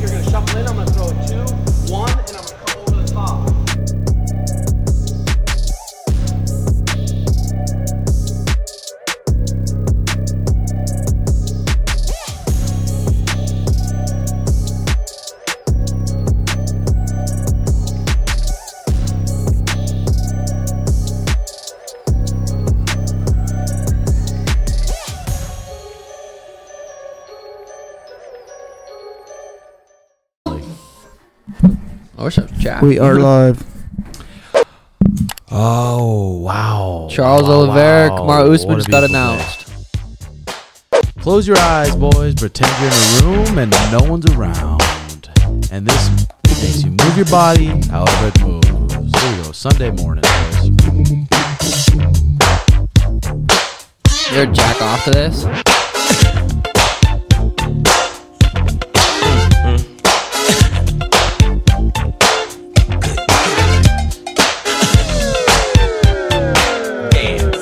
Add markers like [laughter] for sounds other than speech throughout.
lid, I'm gonna throw a two, one, and I'm gonna come over the top. I wish I was Oh, Jack. We are live. Oh wow! Charles Wow, Oliveira, wow. Kamaru Usman What a just got beautiful announced. place. Close your eyes, boys. Pretend you're in a room and no one's around. And this makes you move your body however it moves. There we go. Sunday morning, boys. They're jack off to this.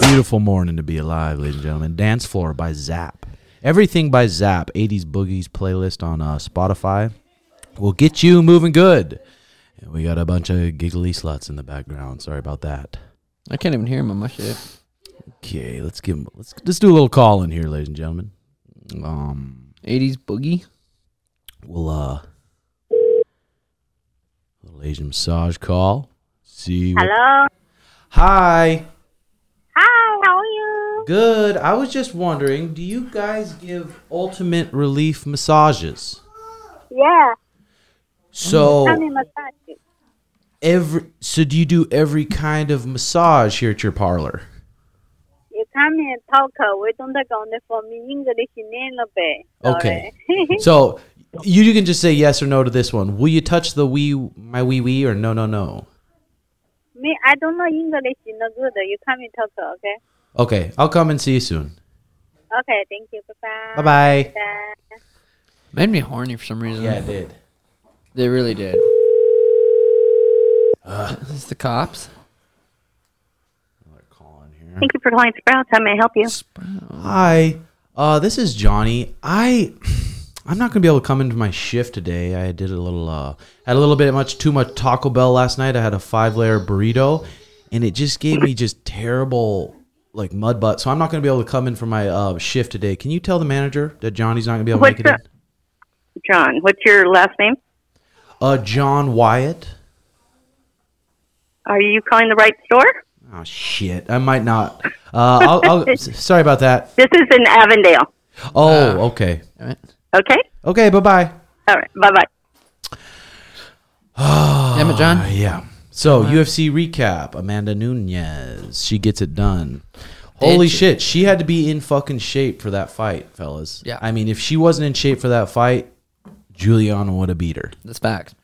Beautiful morning to be alive, ladies and gentlemen. Dance Floor by Zap. Everything by Zap, 80s Boogies playlist on uh, Spotify will get you moving good. And we got a bunch of giggly sluts in the background. Sorry about that. I can't even hear him on my shit. Okay, let's give 'em- let's let's do a little call in here, ladies and gentlemen. Um, 80s boogie. we'll uh, little Asian massage call. See. what- Hello. Hi. Hi, how are you? Good. I was just wondering, do you guys give ultimate relief massages? Yeah, So. I'm in massage. every so do you do every kind of massage here at your parlor You come in and talk. uh, We don't talk only for me English in a little bit. Okay. Mm-hmm. so you, you can just say yes or no to this one will you touch the wee my wee wee or no no no [laughs] me, I don't know English no good. You come and talk. uh, Okay. okay i'll come and see you soon Okay. Thank you. Bye bye. bye-bye Bye. Made me horny for some reason. yeah i did They really did. Is this the cops? Another call in here. Thank you for calling Sprouts. How may I help you? hi uh this is johnny i [sighs] i'm not gonna be able to come into my shift today i did a little uh had a little bit much too much taco bell last night i had a five layer burrito and it just gave me just terrible like mud butt. So I'm not going to be able to come in for my uh, shift today. Can you tell the manager that Johnny's not going to be able to What's make it in? up? John, what's your last name? Uh, John Wyatt. Are you calling the right store? Oh shit! I might not. Uh, I'll, I'll, [laughs] s- sorry about that. This is in Avondale. Oh, okay, Damn it. Okay. okay. Bye bye. All right. Bye bye. Damn it, Uh, John. yeah. So UFC recap: Amanda Nunez, she gets it done. Did Holy she? shit, she had to be in fucking shape for that fight, fellas. Yeah. I mean, if she wasn't in shape for that fight, Juliana would have beat her. That's facts.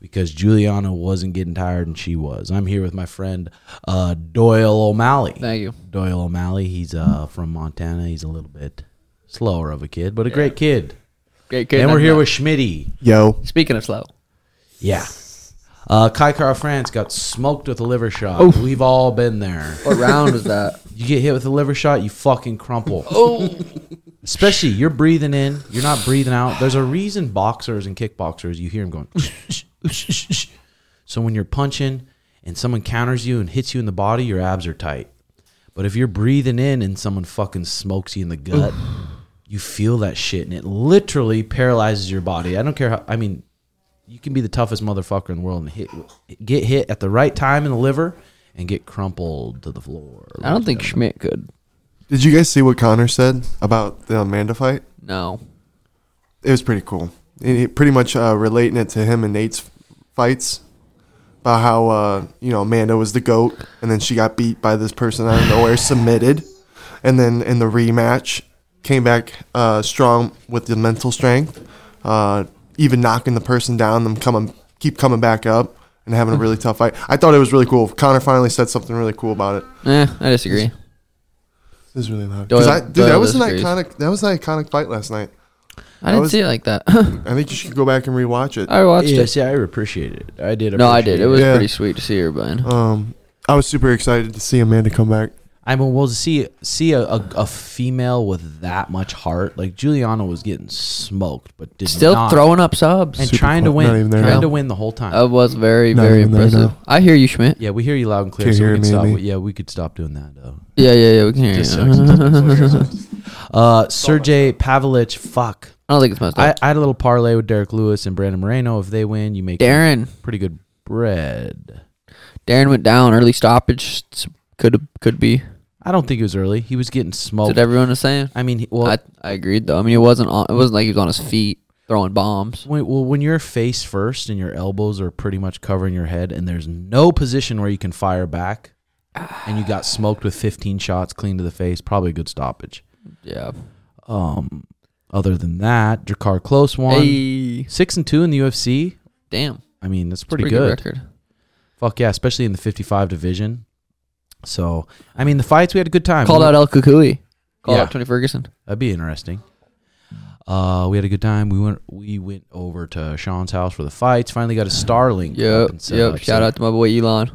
because Juliana wasn't getting tired and she was. I'm here with my friend uh, Doyle O'Malley. Thank you. Doyle O'Malley. He's uh, from Montana. He's a little bit slower of a kid, but a great kid. Great kid. and we're nothing here else. with Schmitty. Yo. Speaking of slow. Yeah. Uh, Kai Car France got smoked with a liver shot. We've all been there. What round was that? You get hit with a liver shot, you fucking crumple. Oh. [laughs] Especially you're breathing in, you're not breathing out. There's a reason boxers and kickboxers, you hear them going. [laughs] so when you're punching and someone counters you and hits you in the body, your abs are tight. But if you're breathing in and someone fucking smokes you in the gut, you feel that shit and it literally paralyzes your body. I don't care how I mean, you can be the toughest motherfucker in the world and hit get hit at the right time in the liver and get crumpled to the floor. I don't think Schmidt could. Did you guys see what Connor said about the Amanda fight? No. It was pretty cool. And he- pretty much uh, relating it to him and Nate's fights about how uh, you know Amanda was the goat, and then she got beat by this person out of nowhere, submitted, and then in the rematch came back uh, strong with the mental strength, uh, even knocking the person down, them coming keep coming back up. And having a really tough fight. I thought it was really cool. Connor finally said something really cool about it. Eh, I disagree. This is really loud. Doyle- 'Cause I- dude, that Doyle was an disagrees. iconic. That was an iconic fight last night. I didn't was- see it like that. [laughs] I think you should go back and rewatch it. I watched Yeah, it. see, I appreciate it. I did. No, I did. appreciate It was Yeah. Uh, pretty sweet to see her, but [laughs] Um, I was super excited to see Amanda come back. I mean, well, to see see a, a, a female with that much heart, like Juliana was getting smoked, but did Still not- trying up subs. and Super trying to close. Not win, even there trying now. to win the whole time. That was very, Not very even there, impressive. no. I hear you, Schmidt. yeah, we hear you loud and clear. Can't So hear we can me, stop. me. with- Yeah, we could stop doing that though. Yeah, yeah, yeah. We can hear [laughs] Just you. sucks. I Uh, Sergey Pavlich, fuck. don't think it's messed I, up. I had a little parlay with Derek Lewis and Brandon Moreno. If they win, you make Darren. pretty good bread. Darren went down. Early stoppage s- could could be. I don't think it was early. He was getting smoked. Did everyone was saying? I mean, he- Oh. well, I, I agreed though. I mean, it wasn't on, it wasn't like he was on his feet throwing bombs. When, well, when you're face first and your elbows are pretty much covering your head, and there's no position where you can fire back, and you got smoked with 15 shots clean to the face, probably a good stoppage. Yeah. Um, other than that, Dracar close one, Hey. six and two in the UFC. Damn. I mean, that's It's a pretty, good. record. Fuck yeah, especially in the 55 division. So, I mean, the fights we had a good time. Called We- out El Kukui. Called Yeah. out Tony Ferguson. That'd be interesting. Uh, we had a good time. We went we went over to Sean's house for the fights. Finally got a Starlink. Yep. up and set Yep. up. Shout so, out to my boy Elon. So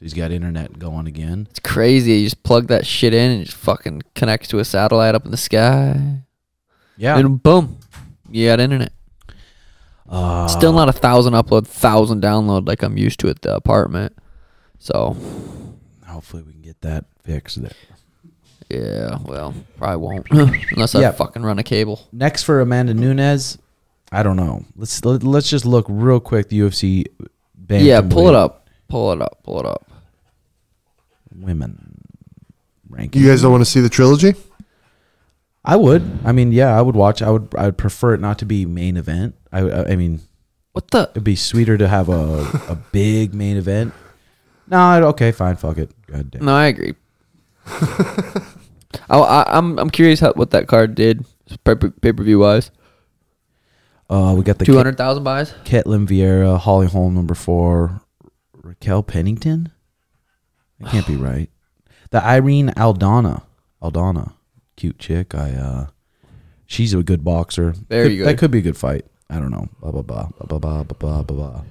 he's got internet going again. It's crazy. You just plug that shit in and it just fucking connects to a satellite up in the sky. Yeah. And boom. You got internet. uh, Still Ah. not a thousand upload, thousand download like I'm used to at the apartment. So Hopefully we can get that fixed. There. yeah, well, probably [coughs] won't unless I Yeah. fucking run a cable. Next for Amanda Nunes, I don't know. Let's let, let's just look real quick. The UFC. yeah, pull it bantamweight up, pull it up, pull it up. Women ranking. You guys don't want to see the trilogy? I would. I mean, yeah, I would watch. I would. I would prefer it not to be main event. I. I I mean, What the? It'd be sweeter to have a, [laughs] a big main event. No, I'd- okay, fine, fuck it. God damn. No, I [laughs] agree. I, I, I'm I'm curious how, what that card did pay per view wise. Uh, we got the Two hundred thousand buys. Ke- Ketlin Vieira, Holly Holm, number four, Raquel Pennington. [sighs] That can't be right. The Irene Aldana, Aldana, cute chick. I uh, she's a good boxer. Very Could- good. That could be a good fight. I don't know. Blah blah blah blah blah blah blah blah. blah.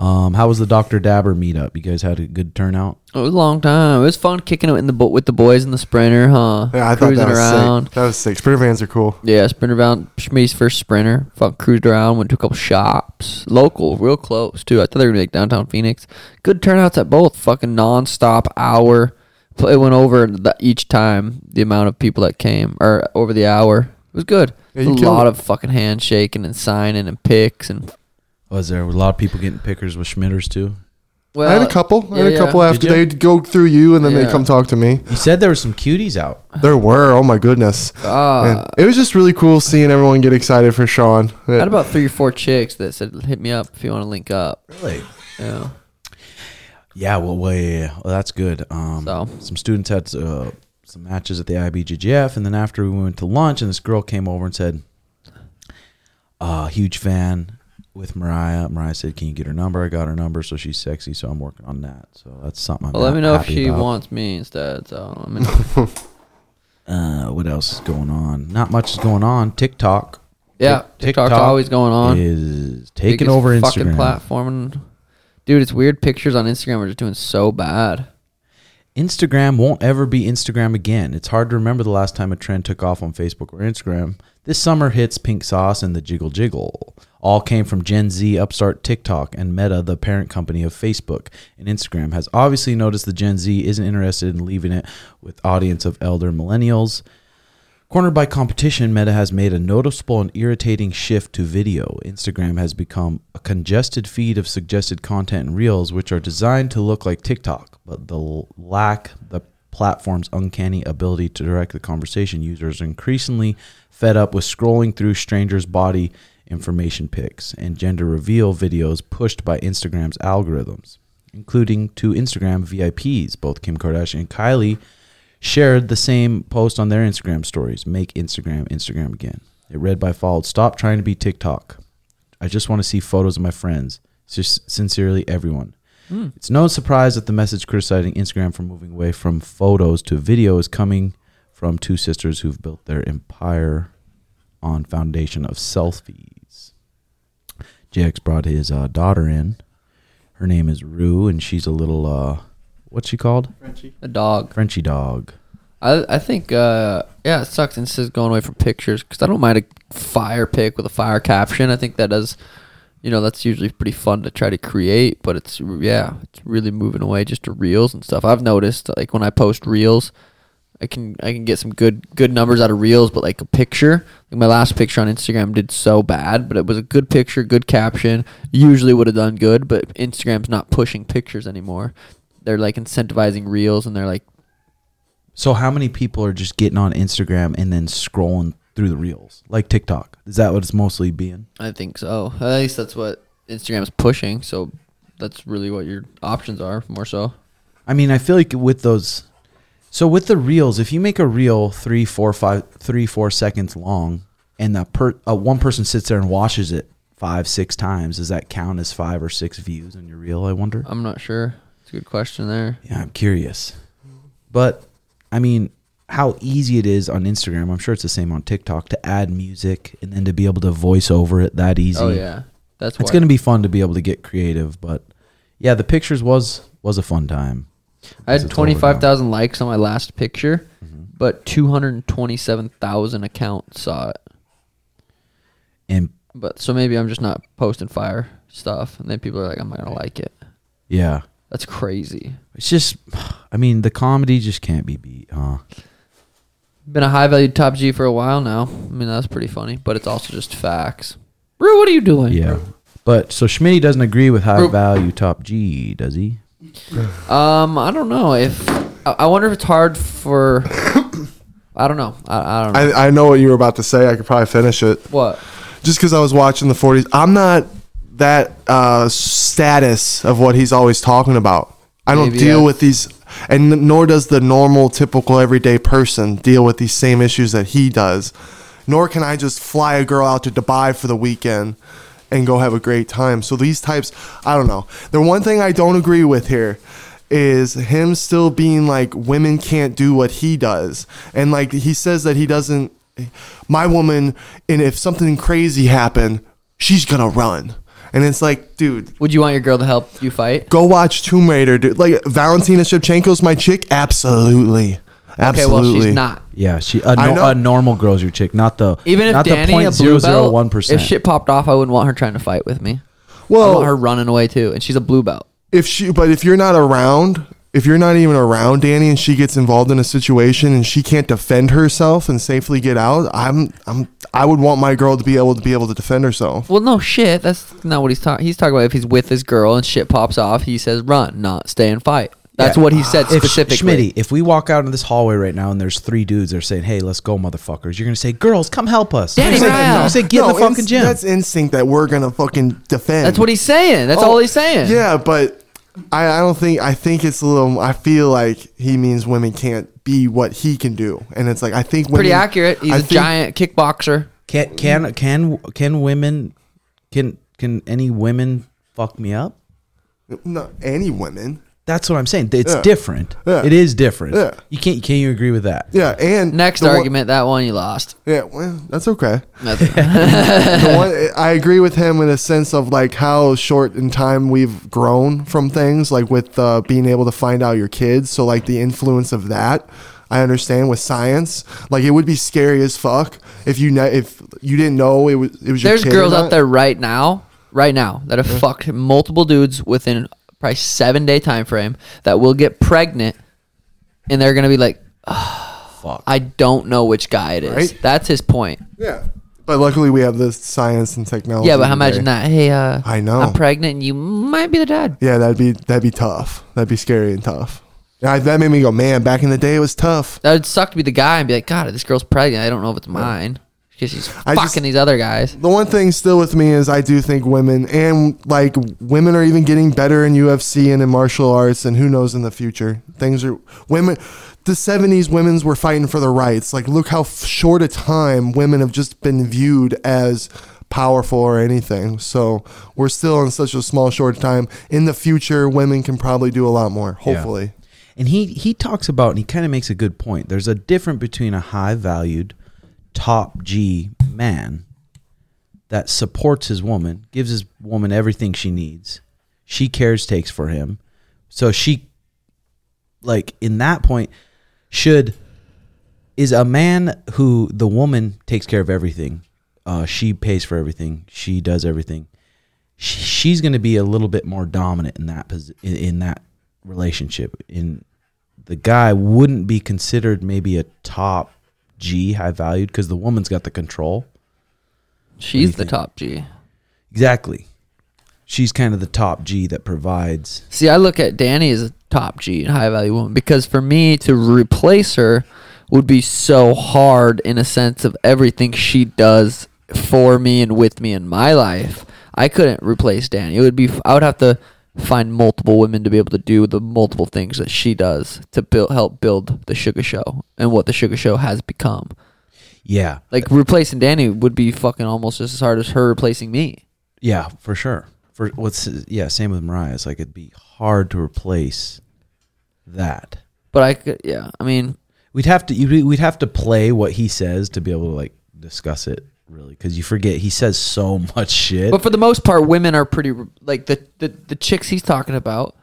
Um, how was the Doctor Dabber meetup? You guys had a good turnout. It was a long time. It was fun kicking it in the bo- with the boys in the sprinter, huh? Yeah, I thought Cruising that was around. sick. That was sick. Sprinter vans are cool. Yeah, sprinter round. Shmi's first sprinter. Fuck, cruised around, went to a couple shops, local, real close too. I thought they were gonna be like downtown Phoenix. Good turnouts at both. Fucking nonstop hour. Pl- It went over the, each time the amount of people that came or over the hour. It was good. Yeah, a you killed lot it. of fucking handshaking and signing and picks and Was there a lot of people getting pickers with Schmitters too? well, I had a couple. I had yeah, a couple yeah. after Did you? they'd go through you, and then Yeah. they come talk to me. You said there were some cuties out. There were. Oh my goodness. Man, Ah, it was just really cool seeing everyone get excited for Sean. I had about three or four chicks that said, "Hit me up if you want to link up." Really? Yeah. Yeah. Well, well, yeah, yeah. Well, that's good. Um, So. some students had uh, some matches at the IBJJF, and then after we went to lunch, and this girl came over and said, uh, "Huge fan with Mariah." Mariah said, "Can you get her number?" I got her number, so she's sexy. So I'm working on that. So that's something. I'm Well, let me know if happy she about. wants me instead. So [laughs] I mean, Uh, what else is going on? Not much is going on. TikTok. yeah, Tik- TikTok's always going on. Is taking biggest over fucking Instagram. platform. and- Dude, it's weird. Pictures on Instagram are just doing so bad. Instagram won't ever be Instagram again. It's hard to remember the last time a trend took off on Facebook or Instagram. This summer hits Pink Sauce and the Jiggle Jiggle. All came from Gen Z upstart TikTok and Meta, the parent company of Facebook and Instagram, has obviously noticed the Gen Z isn't interested in leaving it with audience of elder millennials. Cornered by competition, Meta has made a noticeable and irritating shift to video. Instagram has become a congested feed of suggested content and reels, which are designed to look like TikTok, but the l- lack the platform's uncanny ability to direct the conversation. Users are increasingly fed up with scrolling through strangers' body information pics and gender reveal videos pushed by Instagram's algorithms, including two Instagram VIPs, both Kim Kardashian and Kylie shared the same post on their Instagram stories. Make Instagram Instagram again. It read by followed. Stop trying to be TikTok. I just want to see photos of my friends. Sis- Sincerely, everyone. It's no surprise that the message criticizing Instagram for moving away from photos to video is coming from two sisters who've built their empire on foundation of selfies. JX brought his uh, daughter in. Her name is Rue, and she's a little uh, what's she called? A dog. Frenchie dog. I I think uh yeah, it sucks. And this is going away from pictures because I don't mind a fire pic with a fire caption. I think that does, you know, that's usually pretty fun to try to create. But it's yeah, it's really moving away just to reels and stuff. I've noticed like when I post reels, I can I can get some good good numbers out of reels, but like a picture, like my last picture on Instagram did so bad, but it was a good picture, good caption. Usually would have done good, but Instagram's not pushing pictures anymore. They're like incentivizing reels, and they're like So how many people are just getting on Instagram and then scrolling through the reels like TikTok? Is that what it's mostly being? I think so. At least that's what Instagram's pushing. So that's really what your options are more so. I mean, I feel like with those, so with the reels, if you make a reel three, four, five, three, four seconds long, and the per uh, one person sits there and watches it five, six times, does that count as five or six views on your reel? I wonder. I'm not sure. It's a good question there. Yeah, I'm curious. But I mean, how easy it is on Instagram. I'm sure it's the same on TikTok to add music and then to be able to voice over it that easy. Oh yeah, that's It's going to be fun to be able to get creative, but yeah, the pictures was was a fun time. I had it's twenty five thousand likes on my last picture, Mm-hmm. but two hundred twenty seven thousand accounts saw it. And But so maybe I'm just not posting fire stuff, and then people are like, "I'm not gonna like it." yeah, That's crazy. it's just I mean, the comedy just can't be beat, huh? Been a high value top G for a while now. I mean, that's pretty funny, but it's also just facts. Bro, what are you doing? Yeah. But so Schmitty doesn't agree with high Bro. value top G, does he? Um, I don't know if I, I wonder if it's hard for. [coughs] I don't know. I, I don't know I, I know what you were about to say. I could probably finish it. what. Just because I was watching the 40s, I'm not that uh, status of what he's always talking about. I don't Maybe that's- deal with these, and n- nor does the normal, typical, everyday person deal with these same issues that he does. Nor can I just fly a girl out to Dubai for the weekend and go have a great time. So these types, I don't know. The one thing I don't agree with here is him still being like women can't do what he does and like he says that he doesn't my woman and if something crazy happened she's gonna run and it's like dude Would you want your girl to help you fight? go watch tomb raider dude like valentina shevchenko's my chick absolutely Okay, absolutely well she's not. Yeah, she a, I no, know. a normal grocery chick, not the Even if not Danny a blue belt, if 0.001%. shit popped off, I wouldn't want her trying to fight with me. I want her well running away too, and she's a blue belt. if she but if you're not around if you're not even around danny and she gets involved in a situation and she can't defend herself and safely get out i'm i'm i would want my girl to be able to be able to defend herself Well, no shit. That's not what he's talking. He's talking about if he's with his girl and shit pops off, he says run, not stay and fight. That's Yeah. what he said if specifically. Schmitty, if we walk out in this hallway right now and there's three dudes that are saying, "Hey, let's go, motherfuckers," you're gonna say, "Girls, come help us." Danny You're gonna say- Ryle. you're gonna say, "Get in the No, fucking ins- gym." That's instinct that we're gonna fucking defend. That's what he's saying. That's Oh, all he's saying. Yeah, but I, I don't think I think it's a little. I feel like he means women can't be what he can do, and it's like I think women, pretty accurate. He's I a think- giant kickboxer. Can can can can women can can any women fuck me up? No, any women. That's what I'm saying. It's Yeah. different. Yeah. It is different. Yeah. You can't can you agree with that? Yeah, and Next the one- argument, that one you lost. yeah, well, that's okay. That's- the one, [laughs] I agree with him in a sense of like how short in time we've grown from things, like with uh, being able to find out your kids. So like the influence of that, I understand with science. Like it would be scary as fuck if you ne- if you didn't know it was it was your There's kid or girls out not. there right now, right now that have fucked multiple dudes within probably seven day time frame that will get pregnant, and they're gonna be like, Fuck. I don't know which guy it is. Right? That's his point. Yeah. But luckily, we have the science and technology. yeah, but imagine today. that. Hey, uh, I know. I'm pregnant, and you might be the dad. Yeah, that'd be that'd be tough. That'd be scary and tough. Yeah, that made me go, man. Back in the day, it was tough. That would suck to be the guy and be like, God, this girl's pregnant. I don't know if it's mine because she's I fucking just- these other guys. The one thing still with me is I do think women and like women are even getting better in UFC and in martial arts, and who knows in the future things are women. The '70s women's were fighting for their rights. Like, look how f- short a time women have just been viewed as powerful or anything. So we're still in such a small short time. In the future, women can probably do a lot more. Hopefully. And he he talks about and he kind of makes a good point. There's a difference between a high valued top G man that supports his woman, gives his woman everything she needs. She cares, takes for him. So she like in that point should is a man who the woman takes care of everything. Uh, she pays for everything. She does everything. Sh- She's going to be a little bit more dominant in that posi- in, in that relationship. In the guy wouldn't be considered maybe a top G high valued because the woman's got the control. She's the top G. Exactly. She's kind of the top G that provides. See, I look at Danny as a top G and high value woman because for me to replace her would be so hard in a sense of everything she does for me and with me in my life. I couldn't replace Danny. It would be I would have to find multiple women to be able to do the multiple things that she does to build help build the Sugar Show and what the Sugar Show has become. Yeah. Like replacing Danny would be fucking almost just as hard as her replacing me. Yeah, for sure. For what's yeah, same with Mariah. It's like it'd be hard to replace that. But I could yeah, I mean We'd have to you- we'd have to play what he says to be able to like discuss it really because you forget he says so [laughs] much shit. But for the most part, women are pretty re- like the the, the chicks he's talking about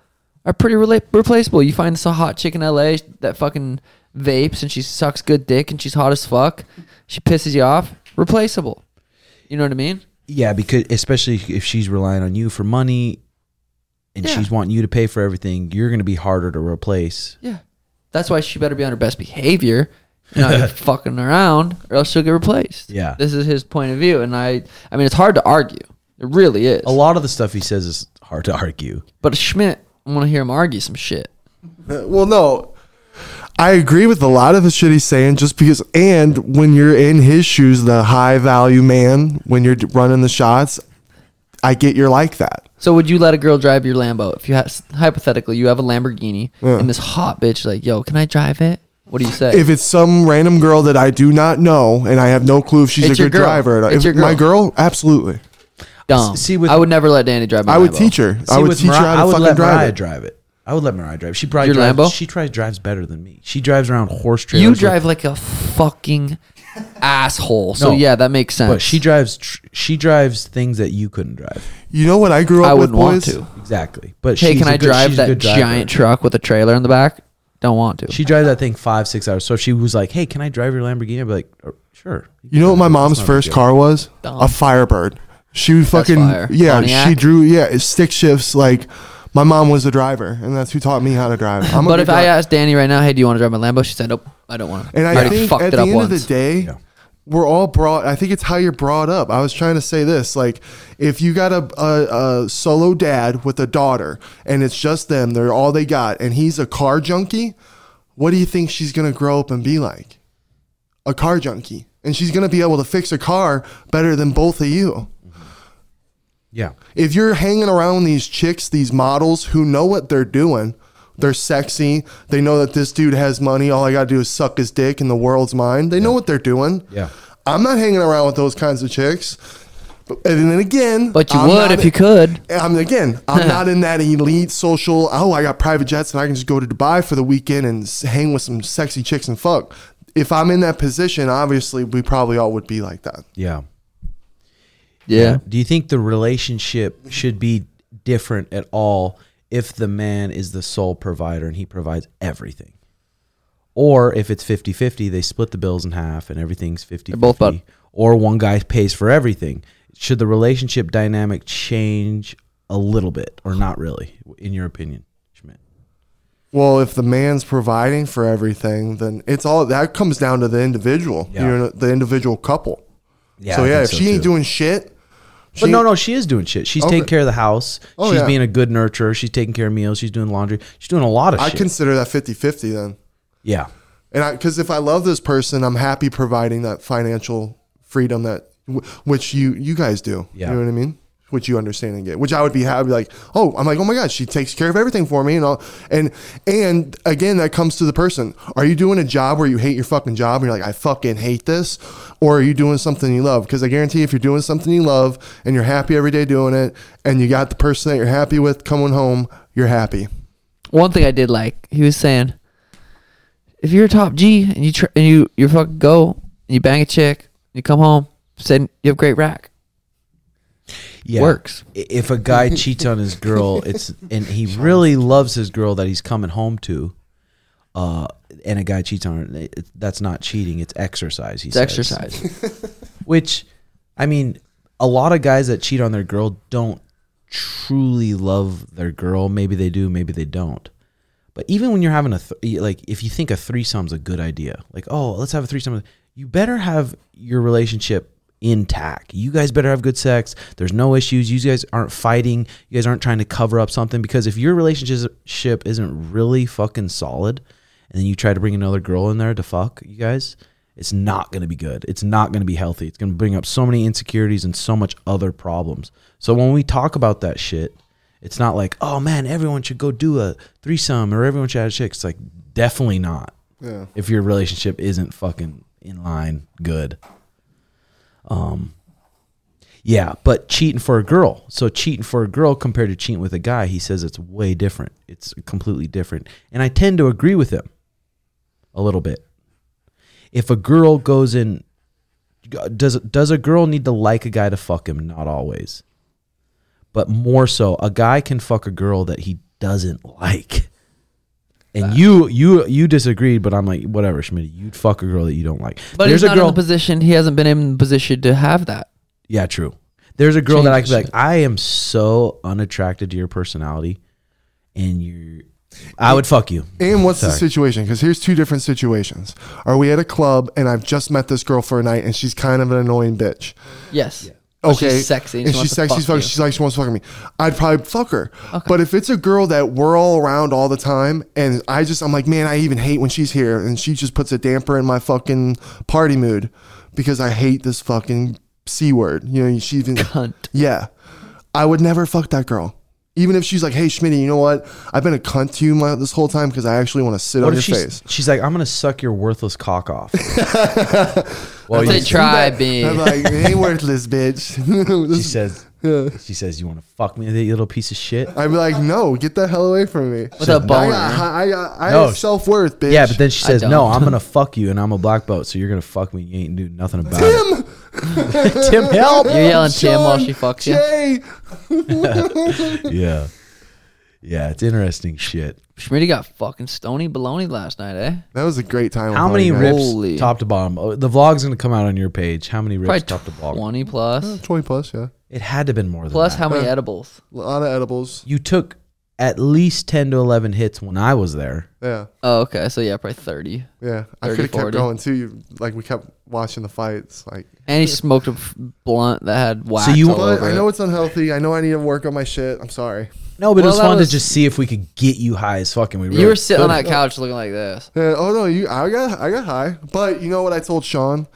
are pretty rela- replaceable. You find some hot chick in L.A. that fucking vapes and she sucks good dick and she's hot as fuck. She pisses you off. Replaceable. You know what I mean? yeah, because especially if she's relying on you for money and Yeah. she's wanting you to pay for everything, you're going to be harder to replace. Yeah. That's why she better be on her best behavior, and [laughs] not be fucking around, or else she'll get replaced. Yeah. This is his point of view, and I I mean it's hard to argue. It really is. A lot of the stuff he says is hard to argue. But Schmidt, I want to hear him argue some shit. [laughs] Well, no. I agree with a lot of the shit he's saying just because, and when you're in his shoes, the high value man, when you're d- running the shots, I get you're like that. So would you let a girl drive your Lambo if you had hypothetically you have a Lamborghini and this hot bitch is like, yo, can I drive it? What do you say? If it's some random girl that I do not know and I have no clue if she's It's a your good girl. driver, or not- It's if your my girl, absolutely. Dumb. see, with- I would never let Danny drive. My I would Lambo. teach her. See, I would with teach her Mariah- I how to would fucking let Mariah drive it. drive it. I would let Mariah drive. She probably Your drives, Lambo? She tries drives better than me. She drives around horse trailers. You with- drive like a fucking asshole. So No. yeah, that makes sense. but she drives. tr- She drives things that you couldn't drive. You know what I grew up I with, wouldn't want boys? to. Exactly. But Hey, she's can a I good- drive she's a that good driver. giant truck with a trailer in the back? Don't want to. She drives that thing five six hours. So if she was like, "Hey, can I drive your Lamborghini?" I'd be like, "Oh, "Sure." You know what my mom's first car was? Dumb. A Firebird. She would fucking fire. yeah. Pontiac? She drew yeah stick shifts. Like my mom was a driver, and that's who taught me how to drive. I'm a but good if I uh, driver. asked Danny right now, hey, do you want to drive my Lambo? She said, nope, I don't want to. and I I already think fucked at it the up end once. of the day, we're all brought. I think it's how you're brought up. I was trying to say this like if you got a, a, a solo dad with a daughter, and it's just them, they're all they got, and he's a car junkie. What do you think she's gonna grow up and be like? A car junkie, and she's gonna be able to fix a car better than both of you. Yeah. if you're hanging around these chicks, these models who know what they're doing, they're sexy. They know that this dude has money. All I got to do is suck his dick and the world's mine. They know what they're doing. Yeah. I'm not hanging around with those kinds of chicks. But- And then again, But you I'm would not- if you could. I'm again. I'm [laughs] not in that elite social. Oh, I got private jets and I can just go to Dubai for the weekend and s- hang with some sexy chicks and fuck. If I'm in that position, obviously we probably all would be like that. Yeah. Yeah. Do you think the relationship should be different at all if the man is the sole provider and he provides everything? Or if it's 50-50, they split the bills in half and everything's 50 both about- or one guy pays for everything. Should the relationship dynamic change a little bit or not really in your opinion, Schmidt? Well, if the man's providing for everything, then it's all that comes down to the individual, Yeah. you know, the individual couple. so I yeah, if think she ain't too. doing shit, But she- no, no, she is doing shit. She's taking care of the house. Oh, she's yeah. being a good nurturer. She's taking care of meals. She's doing laundry. She's doing a lot of I shit. consider that 50-50 then. yeah. And I cuz if I love this person, I'm happy providing that financial freedom that wh- which you you guys do. Yeah. You know what I mean? Which you understand and get. Which I would be happy like, "Oh, I'm like, "Oh my god, she takes care of everything for me." And all, and and again, that comes to the person. Are you doing a job where you hate your fucking job and you're like, "I fucking hate this?" Or are you doing something you love? Cuz I guarantee if you're doing something you love and you're happy every day doing it and you got the person that you're happy with coming home, you're happy. one thing I did like, he was saying, if you're a top G and you tr- and you you fucking go and you bang a chick, you come home, said you have great rack. yeah. Works. I- If a guy [laughs] cheats on his girl, it's and he really loves his girl that he's coming home to. uh, and a guy cheats on her, it- it- that's not cheating. It's exercise. He It's says. [laughs] exercise. Which, I mean, a lot of guys that cheat on their girl don't truly love their girl. Maybe they do. Maybe they don't. But even when you're having a th- like, if you think a threesome's a good idea, like, oh, let's have a threesome, you better have your relationship intact. You guys better have good sex. There's no issues. You guys aren't fighting. You guys aren't trying to cover up something because if your relationship isn't really fucking solid, and then you try to bring another girl in there to fuck you guys, it's not going to be good. It's not going to be healthy. It's going to bring up so many insecurities and so much other problems. So when we talk about that shit, it's not like, oh man, everyone should go do a threesome or everyone should have chicks. It's like definitely not. Yeah. If your relationship isn't fucking in line good. Um yeah, but cheating for a girl. So cheating for a girl compared to cheating with a guy, he says it's way different. It's completely different. And I tend to agree with him a little bit. If a girl goes in does does a girl need to like a guy to fuck him? Not always but more so a guy can fuck a girl that he doesn't like and Uh. you you you disagreed but i'm like whatever schmidt you'd fuck a girl that you don't like but there's he's a not girl in the position. He hasn't been in the position to have that. yeah true there's a girl that i could be Change like i am so unattracted to your personality and you're i would fuck you And what's the Sorry. situation? Because here's two different situations. Are we at a club and I've just met this girl for a night and she's kind of an annoying bitch? Yes. But Okay, Oh, She's sexy. And, And she she's wants sexy. To She's fuck fucking, you. she's like she wants to fuck me. I'd probably fuck her. But if it's a girl that we're all around all the time, and I just I'm like, man, I even hate when she's here, and she just puts a damper in my fucking party mood because I hate this fucking c word. You know, [laughs] she even Cunt. yeah, I would never fuck that girl. Even if she's like, hey, Schmitty, you know what? I've been a cunt to you my, this whole time because I actually want to sit on what your if she's, [laughs] face. she's like i'm gonna suck your worthless cock off well They you, try I'm being. like, it ain't worthless, bitch. she [laughs] This- says she says you want to fuck me you little piece of shit I'd be like, no, get the hell away from me. With a I boner. got, hi- I got, I No, have sh- self worth, bitch. Yeah, but then she I says, "No, don't." I'm gonna fuck you, and I'm a black belt, so you're gonna fuck me. You ain't do nothing about [laughs] [laughs] it." Tim, Tim, help! You're yelling Tim while she fucks you. Jay, [laughs] Yeah, yeah, it's interesting shit. Schmitty got fucking stony baloney last night, eh? that was a great time. with How all many you guys. rips, Holy. top to bottom? Oh, the vlog's gonna come out on your page. How many rips, Probably top to bottom? twenty plus. Twenty plus, yeah. It had to have been more than Plus that. how many edibles? A lot of edibles. you took at least ten to eleven hits when I was there. Yeah, Oh, okay. So yeah, probably thirty. yeah. I 30, could have kept 40. going too. You- Like we kept watching the fights. Like, And he smoked a f- blunt that had wax you- all but over I it. know it's unhealthy. I know I need to work on my shit. I'm sorry. No, but Well, it was that fun was- to just see if we could get you high as fucking. We really you were sitting on couldn't. that couch looking like this. Yeah, oh no, you. I got, I got high. But you know what I told Sean?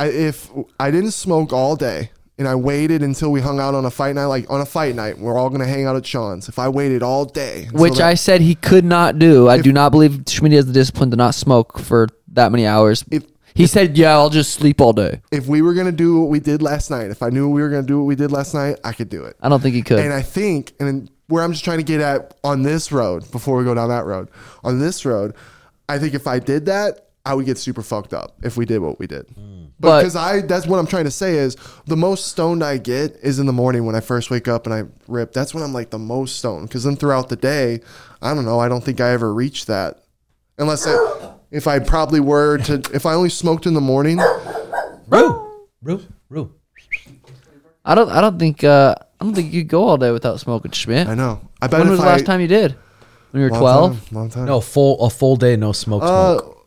I, if I didn't smoke all day. And I waited until we hung out on a fight night. Like on a fight night, we're all gonna hang out at Sean's. If I waited all day, until Which that- I said he could not do. I do not believe Schmidt has the discipline to not smoke for that many hours. If- he said, "Yeah, I'll just sleep all day." if we were gonna do what we did last night, if I knew we were gonna do what we did last night, I could do it. I don't think he could. And I think, and then where I'm just trying to get at on this road before we go down that road, on this road, I think if I did that, I would get super fucked up if we did what we did. But Hmm. But- because I, that's what I'm trying to say is the most stoned I get is in the morning when I first wake up and I rip. That's when I'm like the most stoned. Because then throughout the day, I don't know. I don't think I ever reach that, unless I, if I probably were to, if I only smoked in the morning. Roo, roo, roo. I don't. I don't think. Uh, I don't think you go all day without smoking Schmidt. I know. I bet When if was the I, last time you did? When you were Long twelve. time, long time. No, full a full day, no smoke. Oh, Uh, smoke.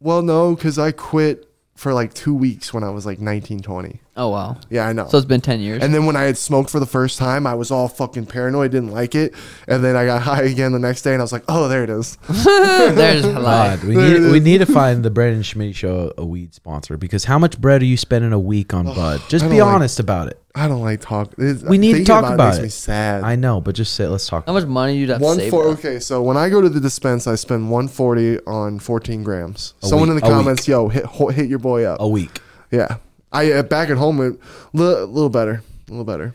well, no, because I quit for like two weeks when I was like 19, 20. Oh wow. Yeah, I know. So it's been ten years. [laughs] and then when I had smoked for the first time, I was all fucking paranoid, didn't like it. And then I got [laughs] high again the next day and I was like, oh, there it is. [laughs] There's a lot. God, we need [laughs] we need to find the Brandon Schmidt show a weed sponsor because how much bread are you spending a week on bud? Just I be don't like- honest about it. I don't like talk. it's- We need to thinking talk it about makes it. me sad. I know, but just say let's talk. How much money you'd have to one save? four, bro? okay, so when I go to the dispense, I spend 140 on 14 grams. Someone week- in the a week. comments, yo, hit, ho- hit your boy up. a week. Yeah. I uh, Back at home, a little better. A little better.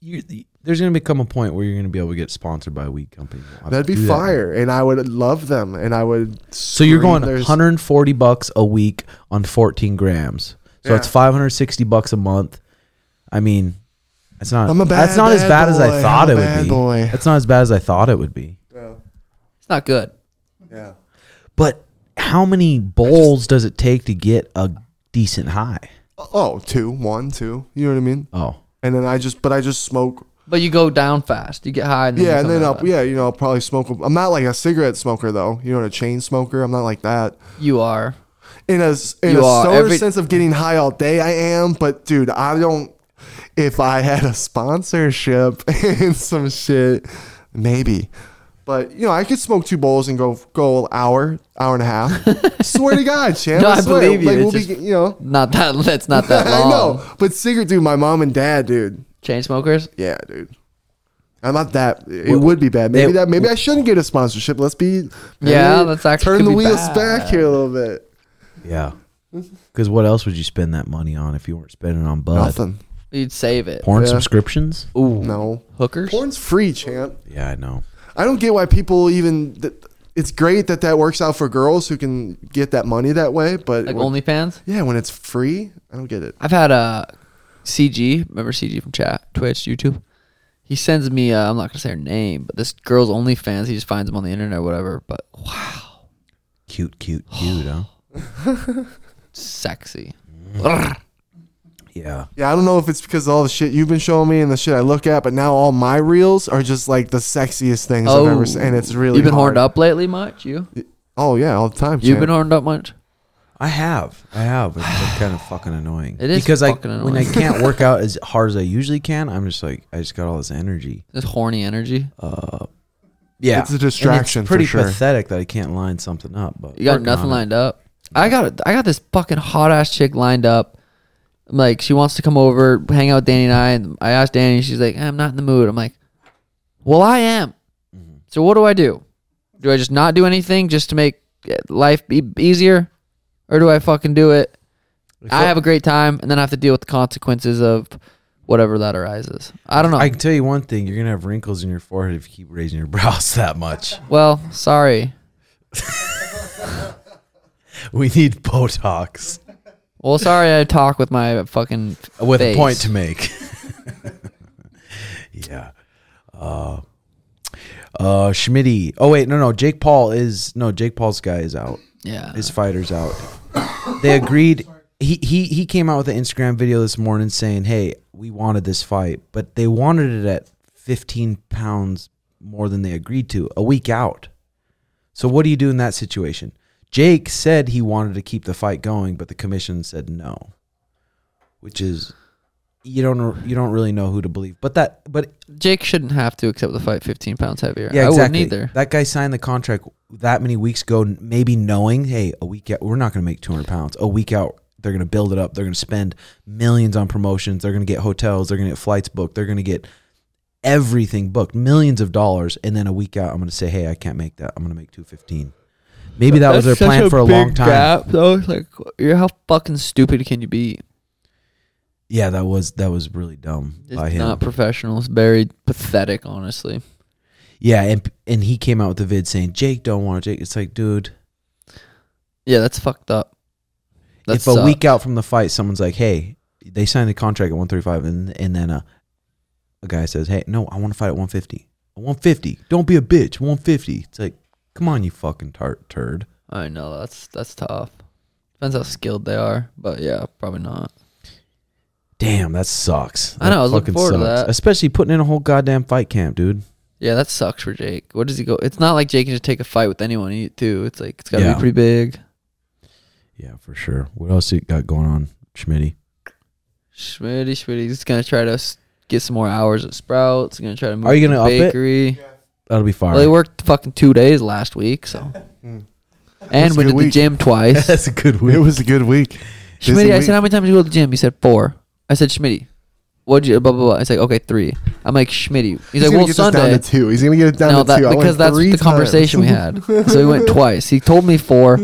You, there's gonna become a point where you're gonna be able to get sponsored by a weed company. We'll have That'd to be do that. fire, and I would love them, and I would. So you're going there's 140 bucks a week on 14 grams. So Yeah. it's 560 bucks a month. I mean, that's not. I'm a bad- that's not as bad bad as boy. I I'm thought a it would bad be. boy. That's not as bad as I thought it would be. It's not good. Yeah. But how many bowls does it take to get a decent high? Oh, two, one, two. You know what I mean? Oh, And then I just, but I just smoke. But you go down fast. You get high. And then Yeah, you and come then down up. fast. Yeah, you know, I'll probably smoke. a- I'm not like a cigarette smoker though. You know, a chain smoker. I'm not like that. You are. in a s- in You a are. sober Every- sense of getting high all day. I am, but dude, I don't. If I had a sponsorship [laughs] and some shit, maybe. But you know, I could smoke two bowls and go go an hour, hour and [laughs] a half. swear to God, champ. No, I swear. believe you. Like It's we'll just- be, you know. Not that. [laughs] That's not that long. [laughs] I know, but cigarette, dude. My mom and dad, dude. Chain smokers. Yeah, dude. I'm not that. It Well, would be bad. Maybe they- that. Maybe I shouldn't get a sponsorship. Let's be. Yeah, maybe that's actually turn could the be wheels bad. back here a little bit. yeah. Because what else would you spend that money on if you weren't spending it on bud? Nothing. You'd save it. Porn Yeah. subscriptions? Ooh. No. Hookers. Porn's free, champ. Yeah, I know. I don't get why people even. Th- it's great that that works out for girls who can get that money that way, but Like when- OnlyFans. yeah, when it's free, I don't get it. I've had a CG. Remember CG from chat, Twitch, YouTube. He sends me. Uh, I'm not gonna say her name, but this girl's OnlyFans. He just finds them on the internet or whatever. But wow, Cute, cute, cute, [sighs] huh? sexy. Yeah. Yeah, I don't know if it's because of all the shit you've been showing me and the shit I look at, but now all my reels are just like the sexiest things I've ever seen, and it's really Oh. You've been hard. horned up lately, much? You? Oh yeah, all the time. You've champ. been [laughs] horned up much? I have. I have. It's [sighs] like kind of fucking annoying. It is because fucking I annoying. when [laughs] I can't work out as hard as I usually can, I'm just like I just got all this energy. This horny energy. Yeah, It's a distraction And it's for pretty sure. pathetic that I can't line something up. But You got working nothing on it. lined up. I got I got this fucking hot ass chick lined up. I'm like she wants to come over, hang out with Danny and I. And I asked Danny, she's like, I'm not in the mood. I'm like, well, I am. Mm-hmm. So what do I do? Do I just not do anything just to make eh, life be easier, or do I fucking do it? I have a great time, and then I have to deal with the consequences of whatever that arises. I don't know. I can tell you one thing: you're gonna have wrinkles in your forehead if you keep raising your [laughs] brows that much. well, sorry. We need Botox. Well, sorry. I talk with my fucking With face. a point to make. [laughs] yeah. Uh, uh, Schmitty. Oh wait, no, no. Jake Paul is no. Jake Paul's guy is out. Yeah. his fighters out. They agreed. He, he he came out with an Instagram video this morning saying, "Hey, we wanted this fight, but they wanted it at 15 pounds more than they agreed to a week out. So what do you do in that situation?" Jake said he wanted to keep the fight going, but the commission said no, which is you don't you don't really know who to believe. But that but Jake shouldn't have to accept the fight 15 pounds heavier. yeah, I exactly. wouldn't either. That guy signed the contract that many weeks ago, n- maybe knowing, hey, a week out, we're not going to make 200 pounds. A week out, they're going to build it up. They're going to spend millions on promotions. They're going to get hotels. They're going to get flights booked. They're going to get everything booked, millions of dollars. And then a week out, I'm going to say, hey, I can't make that. I'm going to make 215. Maybe that was their plan for a long time. though. Like, you're how fucking stupid can you be? Yeah, that was that was really dumb It's by him. not professional. It's very pathetic, honestly. yeah, and and he came out with the vid saying Jake don't want Jake. It's like, dude, Yeah, that's fucked up. That's if a week out from the fight, someone's like, "Hey, they signed a contract at 135," and and then a a guy says, "Hey, no, I want to fight at 150. 150. Don't be a bitch. 150." It's like, come on, you fucking tar- turd. I know that's that's tough. Depends how skilled they are, but yeah, probably not. Damn, that sucks. I know, That I was looking fucking forward to that. Especially putting in a whole goddamn fight camp, dude. Yeah, that sucks for Jake. What does he go? It's not like Jake can just take a fight with anyone e- too. It's like it's got to Yeah. be pretty big. Yeah, for sure. What else you got going on, Schmitty? Schmitty, Schmitty, he's gonna try to s- get some more hours at Sprouts. Gonna try to move. Are you to gonna up it? bakery? That'll be fire. Well, they worked fucking two days last week, [laughs] so. That's And went a good to the Hmm. week. gym [laughs] twice. [laughs] That's a [laughs] good It win. was a good week. Busy Schmitty, I week. said, how many times did you go to the gym? He said, four. I said, Schmitty, what'd you, blah, blah, blah. I said, okay, three. I'm like, Schmitty. He's, He's like, gonna well, get this Sunday. down to two. He's gonna get it down No, to that, two. I went because that's three the conversation we [laughs] times. had. So he went twice. He told me [laughs] four.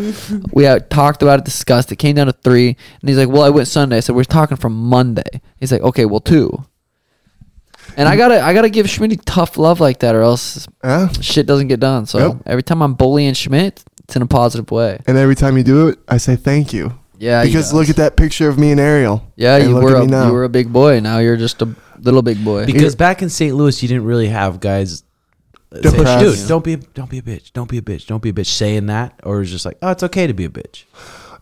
We had talked about it, discussed. It came down to three. And he's like, well, I went Sunday. I said, we're talking from Monday. He's like, okay, well, two. And Hmm. I gotta, I gotta give Schmitty tough love like that, or else Yeah. shit doesn't get done. So Yep. every time I'm bullying Schmidt, it's in a positive way. And every time you do it, I say thank you. Yeah, he Because does. look at that picture of me and Ariel. Yeah, And you look were at a, me now. you were a big boy. Now you're just a little big boy. Because back in St. Louis, you didn't really have guys Say, Depressed. Dude, don't be a, don't be a bitch. Don't be a bitch. Don't be a bitch. Saying that, or it's just like, oh, it's okay to be a bitch.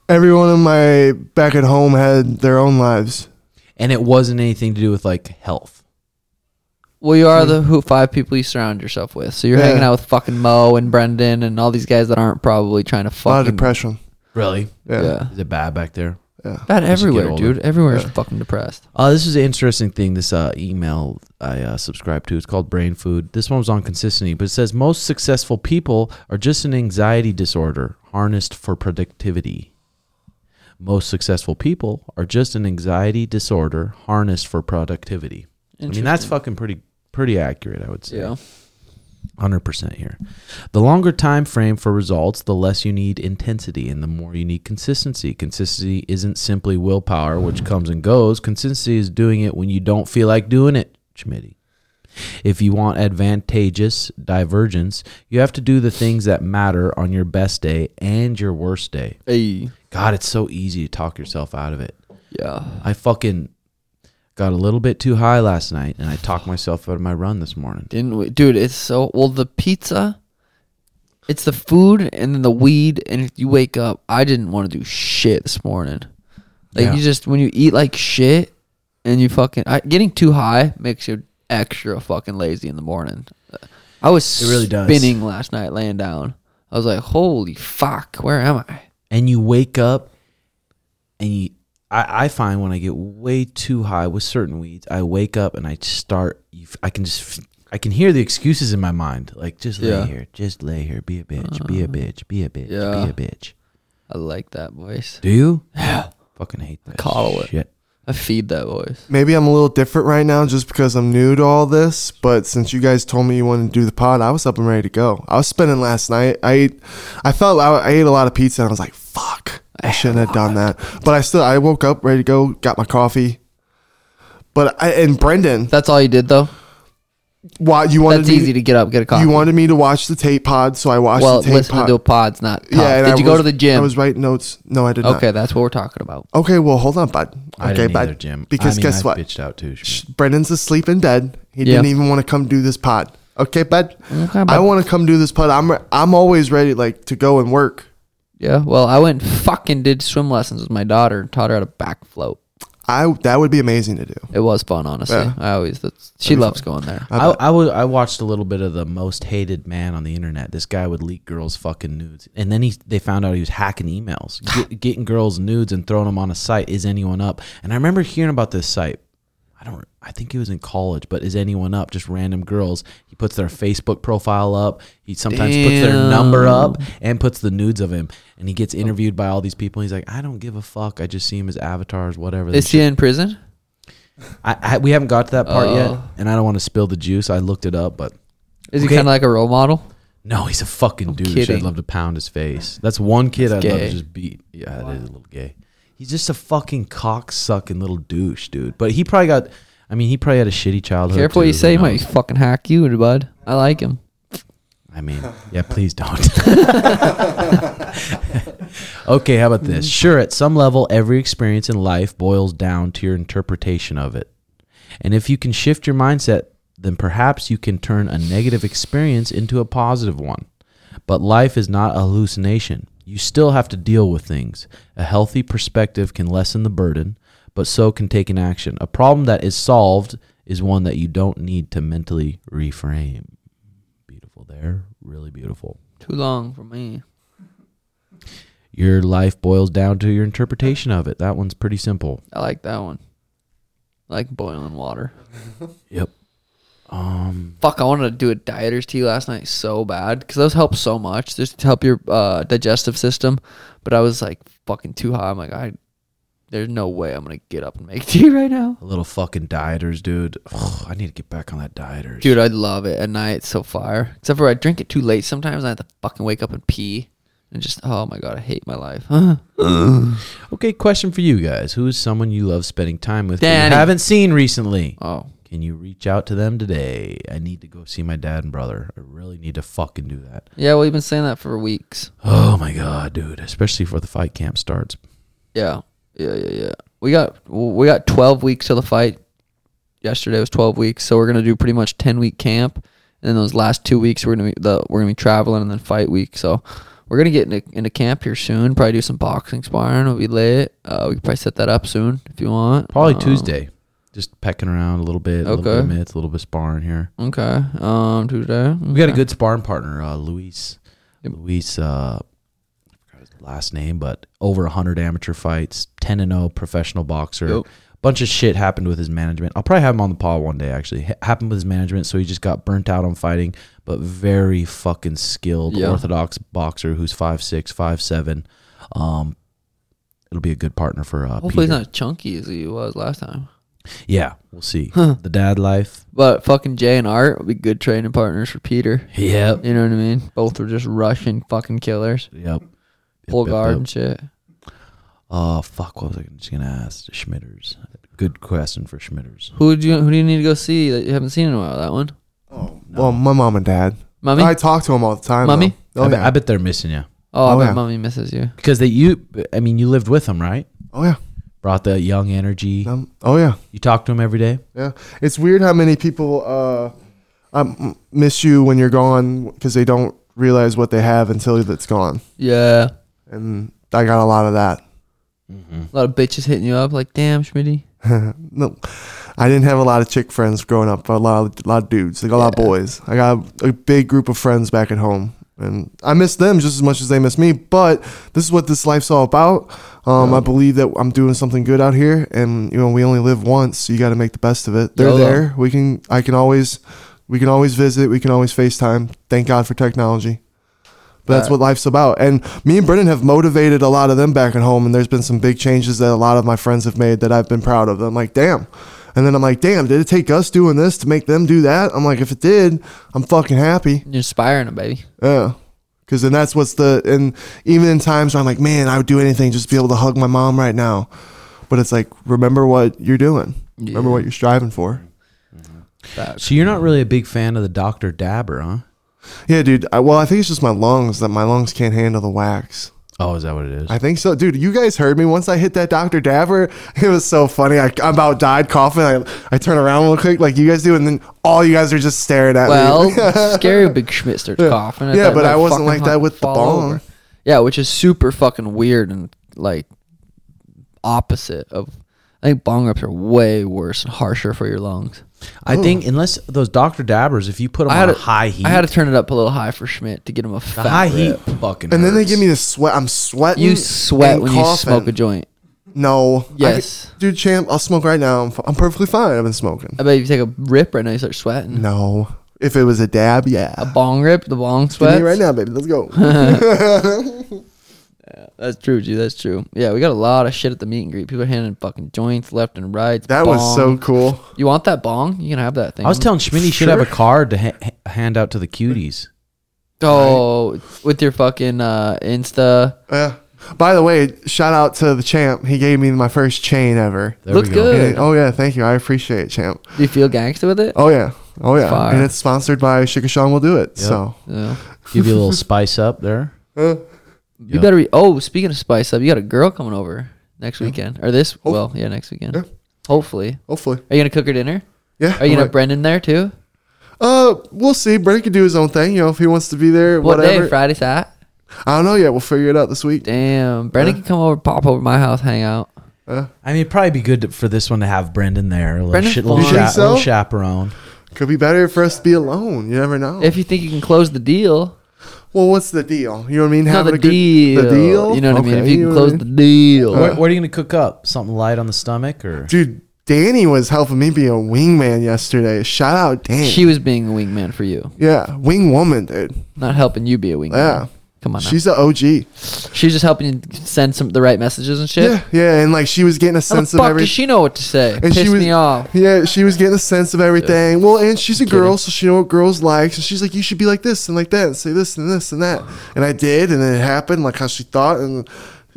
Everyone in my back at home had their own lives. And it wasn't anything to do with like health. Well, you are the who five people you surround yourself with. So you're Yeah. hanging out with fucking Mo and Brendan and all these guys that aren't probably trying to A lot of fucking. depression. Really? Yeah. Yeah. Is it bad back there? Bad As you get everywhere, older. dude. Everywhere is fucking depressed. Uh, this is an interesting thing. This uh, email I uh, subscribed to. It's called Brain Food. This one was on consistency, but it says most successful people are just an anxiety disorder harnessed for productivity. Most successful people are just an anxiety disorder harnessed for productivity. I mean, that's fucking pretty pretty accurate. I would say. Yeah. 100% here. The longer time frame for results, the less you need intensity and the more you need consistency. Consistency isn't simply willpower which comes and goes. Consistency is doing it when you don't feel like doing it, Schmitty. If you want advantageous divergence, you have to do the things that matter on your best day and your worst day. Hey. God, it's so easy to talk yourself out of it. Yeah. I fucking got a little bit too high last night and I talked myself out of my run this morning. Didn't we, dude? It's so well. The pizza, it's the food and then the weed, and if you wake up. I didn't want to do shit this morning. Like Yeah. you just when you eat like shit, and you fucking I, getting too high makes you extra fucking lazy in the morning. I was It really does. spinning last night, laying down. I was like, holy fuck, where am I? and you wake up and you I, I find when I get way too high with certain weeds, I wake up and I just start. you f- I can just, f- I can hear the excuses in my mind, like just lay Yeah. here, just lay here, be a bitch, be a bitch, be a bitch, Yeah. be a bitch. I like that voice. Do you? Yeah. Fucking hate that. Coddle it. shit. it. I feed that voice. Maybe I'm a little different right now just because I'm new to all this, but since you guys told me you wanted to do the pod, I was up and ready to go. I was spinning last night. I ate, I felt I, I ate a lot of pizza and I was like, fuck, I shouldn't have [laughs] done that. But I still, I woke up ready to go, got my coffee. But I, and Brendan, That's all you did though. why you wanted That's me, easy to get up, get a coffee. You wanted me to watch the tape pod, so I watched well, the tape listen pod. to a pod's not. Tough. and did I you go was- to the gym? I was writing notes. No, I did not. okay, that's what we're talking about. Okay, well, hold on, bud. I okay, didn't either, bud. Jim. I Because mean, guess I've what? Bitched out too. Schmidt. Brendan's asleep in bed. He Yeah. didn't even want to come do this pod. Okay, bud. Okay, I bud. want to come do this pod. I'm I'm always ready, like to go and work. Yeah, well, I went and fucking did swim lessons with my daughter and taught her how to back float. I that would be amazing to do. It was fun, honestly. Yeah. I always that's, she loves going there. I, I, wa- I watched a little bit of the most hated man on the internet. This guy would leak girls' fucking nudes, and then he they found out he was hacking emails, get, getting girls' nudes and throwing them on a site. Is anyone up? And I remember hearing about this site. I don't. I think he was in college, but is anyone up? Just random girls. He puts their Facebook profile up. He sometimes puts their number up and puts the nudes of him. And he gets interviewed by all these people. And he's like, I don't give a fuck. I just see him as avatars, whatever. Is she in prison? I, I, we haven't got to that part yet, Oh. and I don't want to spill the juice. I looked it up, but Is he Okay. kind of like a role model? no, he's a fucking douche. I'd kidding. love to pound his face. That's one kid I'd love gay. to just beat. Yeah, that is a little gay. He's just a fucking cock sucking little douche, dude. But he probably got. I mean, he probably had a shitty childhood. Careful what too, you who say, he might knows? fucking hack you, bud. I like him. I mean, yeah, please don't. [laughs] okay, how about this? Sure, at some level, every experience in life boils down to your interpretation of it. And if you can shift your mindset, then perhaps you can turn a negative experience into a positive one. But life is not a hallucination. You still have to deal with things. A healthy perspective can lessen the burden, but so can taking action. A problem that is solved is one that you don't need to mentally reframe. Beautiful there. Really beautiful. Too long for me. Your life boils down to your interpretation of it. That one's pretty simple. I like that one. I like boiling water. Yep. Um, Fuck, I wanted to do a dieter's tea last night so bad because those help so much. Just to help your uh, digestive system. But I was like fucking too high. I'm like, I, there's no way I'm going to get up and make [laughs] tea right now. a little fucking dieters, dude. Ugh, I need to get back on that dieters. Dude, I love it at night. It's so fire. Except for I drink it too late sometimes. I have to fucking wake up and pee. And just, oh my God, I hate my life. [laughs] Oh. Huh? Okay, question for you guys. Who is someone you love spending time with that Danny. you haven't seen recently? Oh. Can you reach out to them today? I need to go see my dad and brother. I really need to fucking do that. Yeah, well, you've been saying that for weeks. Oh my god, dude. Especially before the fight camp starts. Yeah. Yeah, yeah, yeah. We got we got 12 weeks till the fight. Yesterday was 12 weeks, so we're going to do pretty much 10 week camp And then those last two weeks, we're gonna be the we're gonna be traveling, and then fight week. So we're gonna get into, into camp here soon. Probably do some boxing sparring. It'll be lit. Uh, we can probably set that up soon if you want. Probably Um, Tuesday. Just pecking around a little bit, a little bit of Okay. mitts, a little bit of sparring here. Okay. Um, Tuesday. We got a good sparring partner, uh, Luis. Luis, uh, I forgot his last name, but over 100 amateur fights, 10 and 0 professional boxer. Yep. Bunch of shit happened with his management. I'll probably have him on the pod one day, actually. Ha- happened with his management, so he just got burnt out on fighting, but very fucking skilled, Yeah. orthodox boxer who's 5'6, 5'7. Um, it'll be a good partner for uh, Hopefully, he's Peter. not as chunky as he was last time. Yeah, we'll see. The dad life. But fucking Jay and Art will be good training partners for Peter. Yep. You know what I mean? Both were just Russian fucking killers, Yep. full yep, guard yep. and shit. Oh fuck! What was I just gonna ask? Schmitters. Good question for Schmitters. Who do you who do you need to go see that you haven't seen in a while? That one, Well, my mom and dad. mommy. I talk to them all the time. Mommy? though. I, Oh, bet, yeah. I bet they're missing you oh, I oh, bet yeah. mommy misses you. because they you. I mean, you lived with them, right? oh yeah. Brought that young energy. Um, oh yeah. You talked to them every day. Yeah. It's weird how many people uh, um, miss you when you're gone because they don't realize what they have until it's gone. Yeah, And I got a lot of that. a lot of bitches hitting you up like, damn, Schmitty. No, I didn't have a lot of chick friends growing up. but A lot, of, a lot of dudes, like a lot of boys. I got a, big group of friends back at home, and I miss them just as much as they miss me. But this is what this life's all about. Um, I believe that I'm doing something good out here, and you know we only live once, so you got to make the best of it. They're YOLO. there. We can. I can always. We can always visit. We can always FaceTime. Thank God for technology. But that's Right. what life's about. And me and Brennan have motivated a lot of them back at home. And there's been some big changes that a lot of my friends have made that I've been proud of. I'm like, damn. And then I'm like, damn, did it take us doing this to make them do that? I'm like, if it did, I'm fucking happy. You're inspiring them, baby. Yeah. Cause then that's what's the, and even in times where I'm like, man, I would do anything just to be able to hug my mom right now. But it's like, remember what you're doing, remember what you're striving for. So you're not really a big fan of the Doctor Dabber, huh? Yeah, dude. I, well, I think it's just my lungs that my lungs can't handle the wax. Oh, is that what it is? I think so, dude. You guys heard me once I hit that Dr. Daver. [laughs] It was so funny. I, I about died coughing. I, I turn around real quick, like you guys do, and then all you guys are just staring at [laughs] Well, me. scary big Schmidt starts coughing. Yeah, that but I little fucking wasn't like that hunk with the fall bong. over. Yeah, which is super fucking weird and like opposite of. I think bong rips are way worse and harsher for your lungs. I think unless those Doctor Dabbers, if you put them I had on a to, high heat, I had to turn it up a little high for Schmidt to get him a the fat high rip. heat fucking. and then they hurts. give me the sweat. I'm sweating. You sweat and when you coughing. smoke a joint. No. I could- Yes. dude, champ, I'll smoke right now. I'm, f- I'm perfectly fine. I've been smoking. I bet if you take a rip right now, you start sweating. No. If it was a dab, yeah. A bong rip, the bong Give me sweat. right now, baby. [laughs] Let's go. That's true, dude. That's true. Yeah, we got a lot of shit at the meet and greet. People are handing fucking joints left and right. that was so bong. cool. You want that bong? You can have that thing. I was telling Schmitty he should have a Sure. card to ha- ha- hand out to the cuties. Oh, with your fucking uh, Insta. Yeah. By the way, shout out to the champ. He gave me my first chain ever. There Looks we go. good. Yeah, oh yeah, thank you. I appreciate it, champ. Do you feel gangster with it? Oh yeah, oh yeah, Fire. and it's sponsored by Shikashan. Will do it. So Yeah. Give you a [laughs] little spice up there. You better be. Oh, speaking of spice up, you got a girl coming over next weekend or this? well, yeah, next weekend. Yeah. Hopefully. hopefully, Are you gonna cook her dinner? yeah. Are you gonna I'm have Brendan there too? like, uh, we'll see. Brennan can do his own thing. You know, if he wants to be there, What whatever. day? Friday, Sat. I don't know yet. We'll figure it out this week. Damn, Brendan can come over, pop over to my house, hang out. I mean, it'd probably be good to, for this one to have Brendan there, a little, Brendan sh- little, Fong. You cha- think so? little chaperone. Could be better for us to be alone. You never know. If you think you can close the deal, well, what's the deal? You know what I mean? no, the a good- deal, the deal. You know what I mean? Okay, If you know can what close I the mean? Uh. deal, what, what are you gonna cook up? Something light on the stomach, or dude, Danny was helping me be a wingman yesterday. Shout out, Danny. she was being a wingman for you, yeah, wing woman, dude. not helping you be a wingman. Yeah. Come on, now. She's the OG. she's just helping you send some the right messages and shit. Yeah, yeah, and like she was getting a How the sense fuck of everything. does she know what to say? and Piss she was, me off. Yeah, she was getting a sense of everything. Well, and she's a girl, so she know what girls like. And she's like, you should be like this and like that, and say this and this and that. And I did, and then it happened like how she thought, and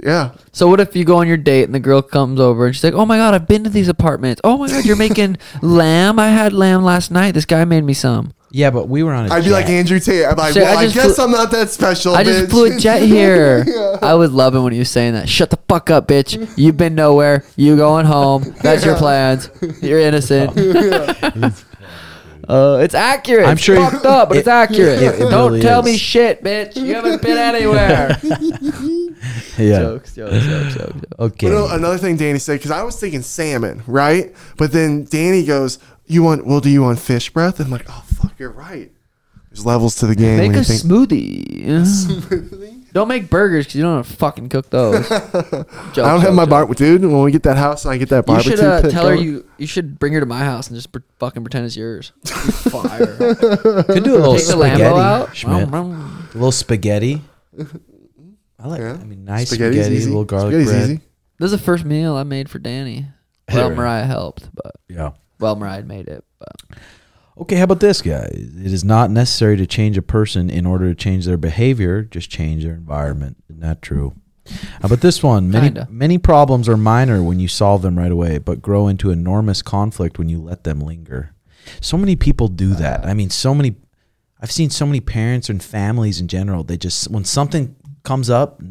yeah, So what if you go on your date and the girl comes over and she's like, "Oh my god, I've been to these apartments. Oh my god, you're making [laughs] lamb. I had lamb last night. This guy made me some. yeah, but we were on. a I'd be jet. like Andrew Tate. I'm like, Say, well, I I, just guess flew- I'm not that special. I just bitch." blew a [laughs] jet here. I was loving when you were saying that. Shut the fuck up, bitch. You've been [laughs] nowhere. You going home. That's your plans. You're innocent. [laughs] Uh, it's accurate. I'm I'm sure sure you- it's fucked up, but it- it's accurate. it- it Don't really tell is. me shit, bitch. You haven't [laughs] been anywhere. Yeah. Jokes, jokes, jokes, jokes. Okay. But, uh, another thing Danny said, because I was thinking salmon, right? But then Danny goes, "You want? Well, do you want fish breath?" I'm like, "Oh fuck, you're right." There's levels to the game. Make when a you think- smoothie. don't make burgers because you don't know how to fucking cook those. Joke, [laughs] I don't joke, have my joke. bar, dude. When we get that house, and I get that You barbecue. should uh, pit tell her going. you. You should bring her to my house and just pre- fucking pretend it's [laughs] yours. Fire. Take uh, Could do a little the spaghetti. Lambo out. Schmidt. Vroom, vroom. A little [laughs] spaghetti. I like. Yeah. I mean, nice Spaghetti's spaghetti. A easy. little garlic Spaghetti's bread. easy. This is the first meal I made for Danny. Well, Mariah helped, but Yeah. well, Mariah made it. But Okay, how about this, guys? It is not necessary to change a person in order to change their behavior, just change their environment. Isn't that true? How about this one? Many, Kinda. many problems are minor when you solve them right away, but grow into enormous conflict when you let them linger. So many people do that. I mean, so many. I've seen so many parents and families in general. They just, when something comes up,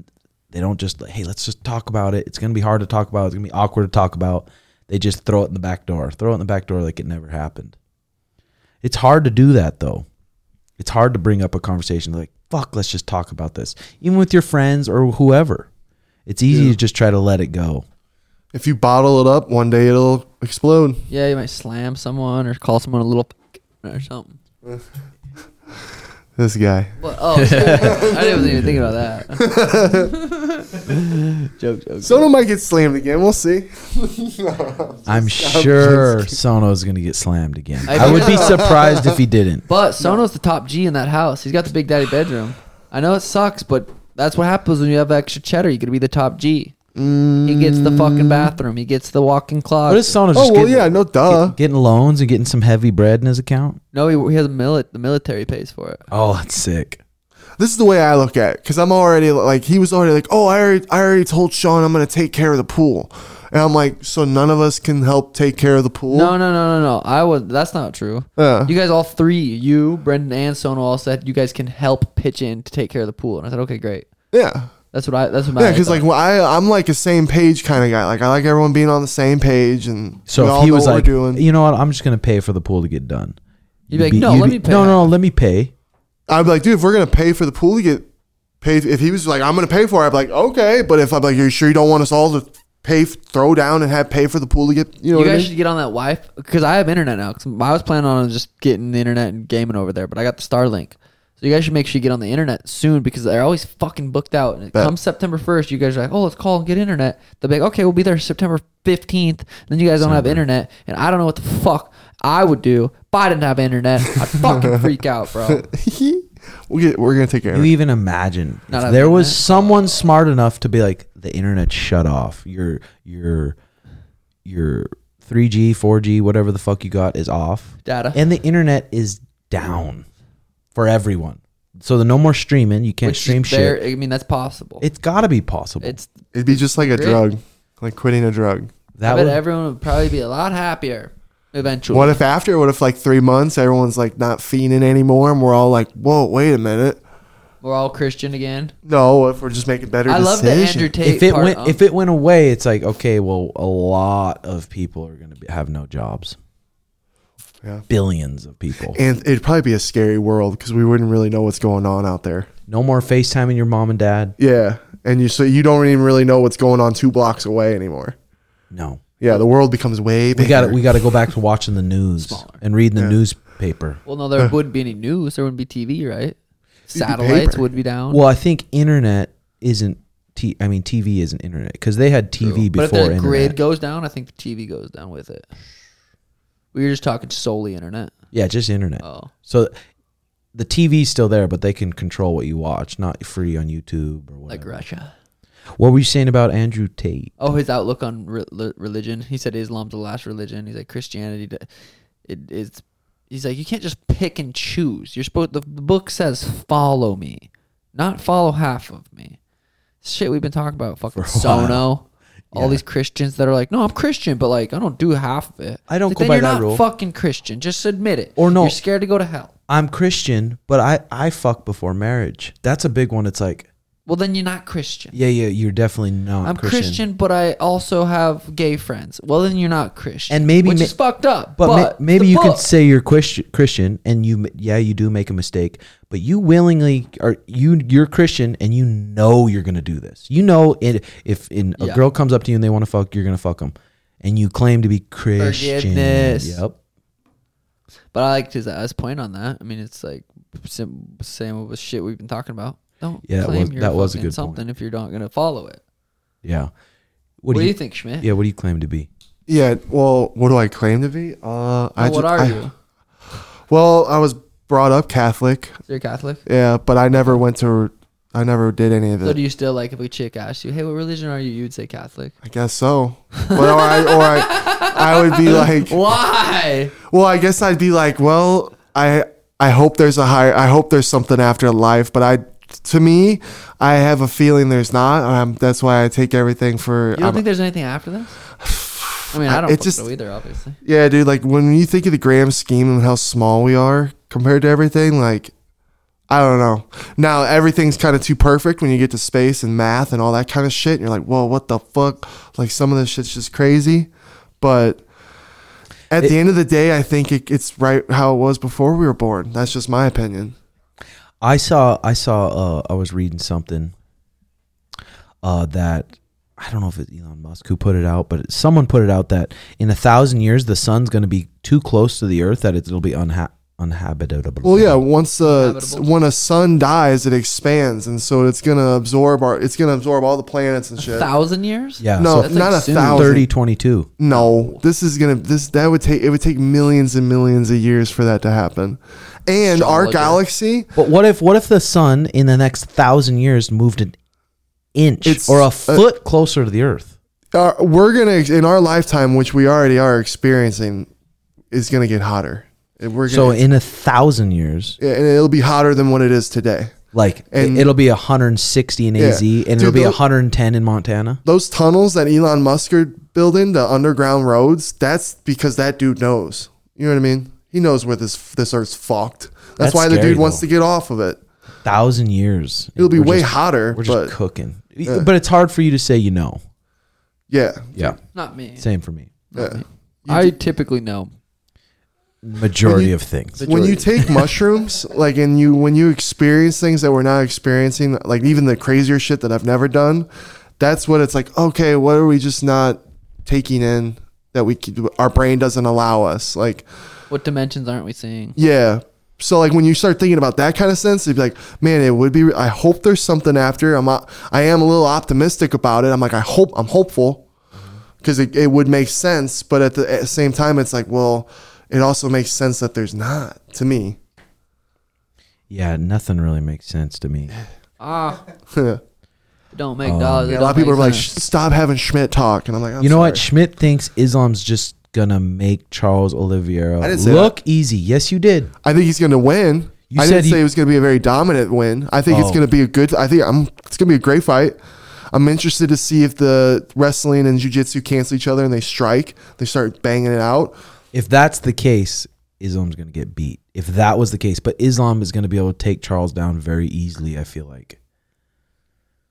they don't just, like, hey, let's just talk about it. It's going to be hard to talk about. It's going to be awkward to talk about. They just throw it in the back door, throw it in the back door like it never happened. It's hard to do that though. It's hard to bring up a conversation like, fuck, let's just talk about this. Even with your friends or whoever. It's easy to just try to let it go. If you bottle it up, one day it'll explode. yeah, you might slam someone or call someone a little p- or something. This guy. What? [laughs] Oh, I didn't even think about that. joke, joke. Sono might get slammed again. We'll see. I'm sure Sono's gonna get slammed again. I I, would be surprised if he didn't. But Sono's the top G in that house. He's got the big daddy bedroom. I know it sucks, but that's what happens when you have extra cheddar. You could be the top G. He gets the fucking bathroom. He gets the walk-in Mm. What closet. is Sono just Oh well, getting, yeah, no duh. get- getting loans and getting some heavy bread in his account? no, he, he has a milit. The military pays for it. Oh, that's sick. This is the way I look at it because I'm already like he was already like, oh, I already, I already told Sean I'm gonna take care of the pool, and I'm like, so none of us can help take care of the pool. No, no, no, no, no. I was. That's not true. Yeah. You guys, all three, you, Brendan, and Sono, all said you guys can help pitch in to take care of the pool. And I said, okay, great. Yeah. That's what I. That's what my. Yeah, because like when I, I'm like a same page kind of guy. Like I like everyone being on the same page, and we So all if he know was what like, we're doing. you know what, I'm just gonna pay for the pool to get done. You'd be like, no, you'd let me pay. No, no, no, let me pay. I'd be like, dude, if we're gonna pay for the pool to get paid, if he was like, I'm gonna pay for it, I'd be like, okay. But if I'm like, you sure you don't want us all to pay, throw down and have pay for the pool to get, you know, You what I guys mean? should get on that Wi-Fi because I have internet now. 'cause I was planning on just getting the internet and gaming over there, but I got the Starlink. So you guys should make sure you get on the internet soon because they're always fucking booked out. And it Bet. comes September first, you guys are like, "Oh, let's call and get internet." They'll be like, "Okay, we'll be there September 15th." Then you guys don't have internet, and I don't know what the fuck I would do if I didn't have internet. [laughs] I'd fucking freak out, bro. we'll get, we're gonna take care of you it. even imagine Not if having there was internet? someone smart enough to be like the internet shut off your your your 3g 4g whatever the fuck you got is off Data. and the internet is down for everyone so the no more streaming you can't Which is stream there- shit I mean, that's possible. it's gotta be possible it's It'd be just like a Great. drug, like quitting a drug. I that bet would, everyone would probably be a lot happier eventually. What if after? What if like three months, everyone's like not fiending anymore, and we're all like, whoa, wait a minute. We're all Christian again. No, if we're just making better I love decisions. the Andrew Tate if it part. went um, if it went away it's like okay well a lot of people are gonna be, have no jobs Yeah. billions of people and it'd probably be a scary world because we wouldn't really know what's going on out there. no more facetiming your mom and dad Yeah, and you so you don't even really know what's going on two blocks away anymore. no Yeah, the world becomes way bigger. We got we got to go back to watching the news and reading the newspaper. Well, no, there wouldn't be any news. There wouldn't be TV, right? Satellites paper. would be down. Well, I think internet isn't. T- I mean, TV isn't internet because they had TV but if before the internet. grid goes down, I think the TV goes down with it. We were just talking solely internet. yeah, just internet. Oh. So the TV's still there, but they can control what you watch, not free on YouTube or Like whatever. Russia. what were you saying about Andrew Tate? Oh, his outlook on re- li- religion. He said Islam's the last religion. He's like Christianity. d- It is. He's like you can't just pick and choose. You're supposed. The, the book says follow me, not follow half of me. Shit, we've been talking about fucking a while. Sono. All Yeah. these Christians that are like, no, I'm Christian, but like I don't do half of it. I don't Like, go then by you're that not rule. Fucking Christian, just admit it. Or no. you're scared to go to hell. I'm Christian, but I I fuck before marriage. That's a big one. It's like Well, then you're not Christian. Yeah, yeah, you're definitely not I'm Christian. but I also have gay friends. Well, then you're not Christian. And maybe which ma- is fucked up. But, But, ma- maybe the you could book- say you're Christi- Christian, and you, yeah, you do make a mistake, but you willingly are you you're Christian, and you know you're gonna do this. You know it. If in a Yeah. girl comes up to you and they want to fuck, you're gonna fuck them, and you claim to be Christian. Forgiveness. Yep. But I liked his his point on that. I mean, it's like sim- same with shit we've been talking about. Don't Yeah, that claim was- you're that was a fucking good point. something if you're not gonna follow it. Yeah. What, What, do you think, Schmidt? Yeah. What do you claim to be? Yeah. Well, what do I claim to be? Uh, I Well, what ju- are I- you? Well, I was brought up Catholic. You're Catholic. Yeah, but I never went to. I never did any of So it. do you still like if a chick asked you, "Hey, what religion are you?" You'd say Catholic. I guess so. But or I, or I, I [laughs] would be like, Why? well, I guess I'd be like, well, I, I hope there's a higher. I hope there's something after life. But I, to me, I have a feeling there's not. Um, that's why I take everything for. You don't I'm- think there's anything after this? I [sighs] mean, I don't It fucking just- know either, obviously. yeah, dude. Like when you think of the grand scheme and how small we are compared to everything, like. I don't know. Now everything's kind of too perfect when you get to space and math and all that kind of shit. And you're like, whoa, what the fuck? Like some of this shit's just crazy. But at the end of the day, I think it, it's right how it was before we were born. That's just my opinion. I saw I saw uh, I was reading something uh, that I don't know if it's Elon Musk who put it out, but someone put it out that in a thousand years the sun's going to be too close to the Earth that it'll be unha- uninhabitable. Well, yeah. Once uh, Habitable. when a sun dies, it expands, and so it's gonna absorb our. It's gonna absorb all the planets and shit. Thousand years? yeah. No, so That's not like a soon. thousand. 30, 22. No, this is gonna this that would take it would take millions and millions of years for that to happen, and our Astrologer. galaxy. But what if what if the sun in the next thousand years moved an inch It's- or uh, a foot closer to the Earth? uh, we're gonna in our lifetime, which we already are experiencing, is gonna get hotter. And We're So gonna, in a thousand years, yeah, and it'll be hotter than what it is today. like And- it'll be 160 in Yeah. AZ, and it'll Dude, be tho- 110 in Montana. Those tunnels that Elon Musk are building, the underground roads, that's because that dude knows. You know what I mean? He knows where this this earth's fucked. That's, That's why the scary, dude wants though. to get off of it. thousand years. It'll be We're way just- hotter, We're but just cooking. But it's hard for you to say you know. yeah, Yeah. Not me. Same for me. yeah. I typically know. Majority of things. when you take mushrooms like and you when you experience things that we're not experiencing like even the crazier shit that i've never done that's what it's like okay what are we just not taking in that we could, our brain doesn't allow us like What dimensions aren't we seeing? yeah so like when you start thinking about that kind of sense it'd be like man it would be i hope there's something after i'm not, i am a little optimistic about it i'm like i hope i'm hopeful because it, it would make sense but at the, at the same time it's like well it also makes sense that there's not to me [laughs] yeah, nothing really makes sense to me. Ah, yeah it don't make dollars. Yeah, a lot of people are like, "Sh- stop having Schmidt talk, and I'm like, [sighs] I'm you know what? sorry. Schmidt thinks Islam's just gonna make Charles Oliveira I didn't say look easy. Yes, you did. I think he's going to win. You I said didn't he- say it was going to be a very dominant win. I think it's Oh. going to be a good. I think I'm. It's going to be a great fight. I'm interested to see if the wrestling and jujitsu cancel each other and they strike. They start banging it out. If that's the case, Islam's gonna get beat. If that was the case, but Islam is gonna be able to take Charles down very easily. I feel like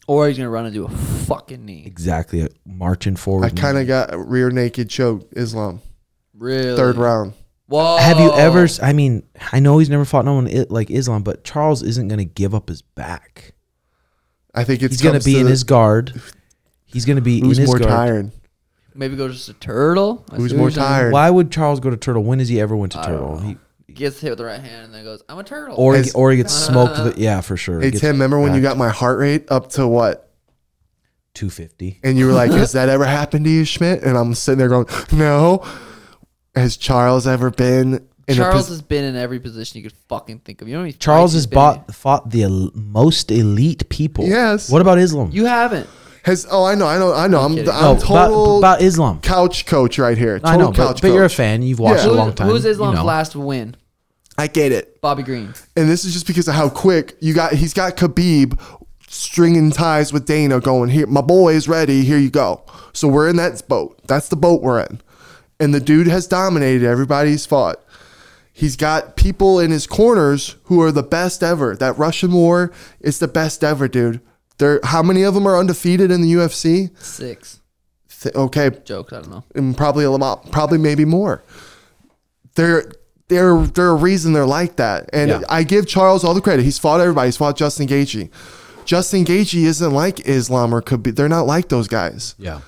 or he's gonna run into a fucking knee. exactly uh, marching forward. I kind of got rear naked choke Islam Really? third round. Whoa. Have you ever? Oh. s- I mean, I know he's never fought no one i- like Islam, but Charles isn't going to give up his back. I think it's He's going to be in his guard. He's going to be in Who's his more guard. tired? Maybe go just a turtle. I Who's see what more you're saying. tired? Why would Charles go to Turtle? When has he ever went to Turtle? He, Gets hit with the right hand and then goes, "I'm a turtle." or he, Has- or he gets smoked. with- yeah, for sure. Hey Tim, remember when you got my heart rate up to what? two fifty? And you were like, Has that ever happened to you, Schmidt? And I'm sitting there going, No. Has Charles ever been in a Charles pos- has been in every position you could fucking think of. You know what I mean? Charles has bought, fought the el- most elite people. Yes. What about Islam? You haven't. has oh I know, I know, I know. I'm kidding. no, I'm about- total about Islam. couch coach right here. Total I know, but, couch but you're a coach. fan. You've watched Yeah. a Who's- long time. Who's you Islam's know. last win? I get it. Bobby Green. And this is just because of how quick you got he's got Khabib stringing ties with Dana going here my boy is ready, here you go. So we're in that boat. That's the boat we're in. And the dude has dominated everybody he's fought. He's got people in his corners who are the best ever. That Russian war is the best ever, dude. There, how many of them are undefeated in the UFC? Six. Th- okay, Jokes, I don't know. and probably a lot, probably maybe more. There, there, there a reason they're like that, and Yeah. I give Charles all the credit. He's fought everybody. He's fought Justin Gaethje. Justin Gaethje isn't like Islam or could be. They're not like those guys. Yeah,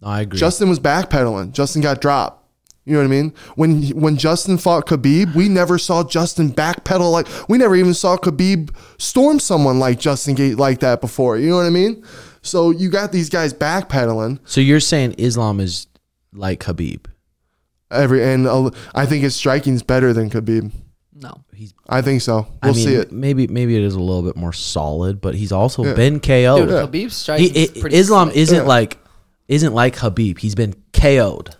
No, I agree. Justin was backpedaling. Justin got dropped. You know what I mean? When when Justin fought Khabib, we never saw Justin backpedal like we never even saw Khabib storm someone like Justin Gate like that before. You know what I mean? So you got these guys backpedaling so you're saying Islam is like Habib? every and uh, I think his striking's better than Khabib. No. I think so. I We'll mean, see it. Maybe maybe it is a little bit more solid, but he's also been KO'd. Dude, Khabib's striking He- is i- pretty Islam slick. isn't like isn't like Habib. He's been KO'd.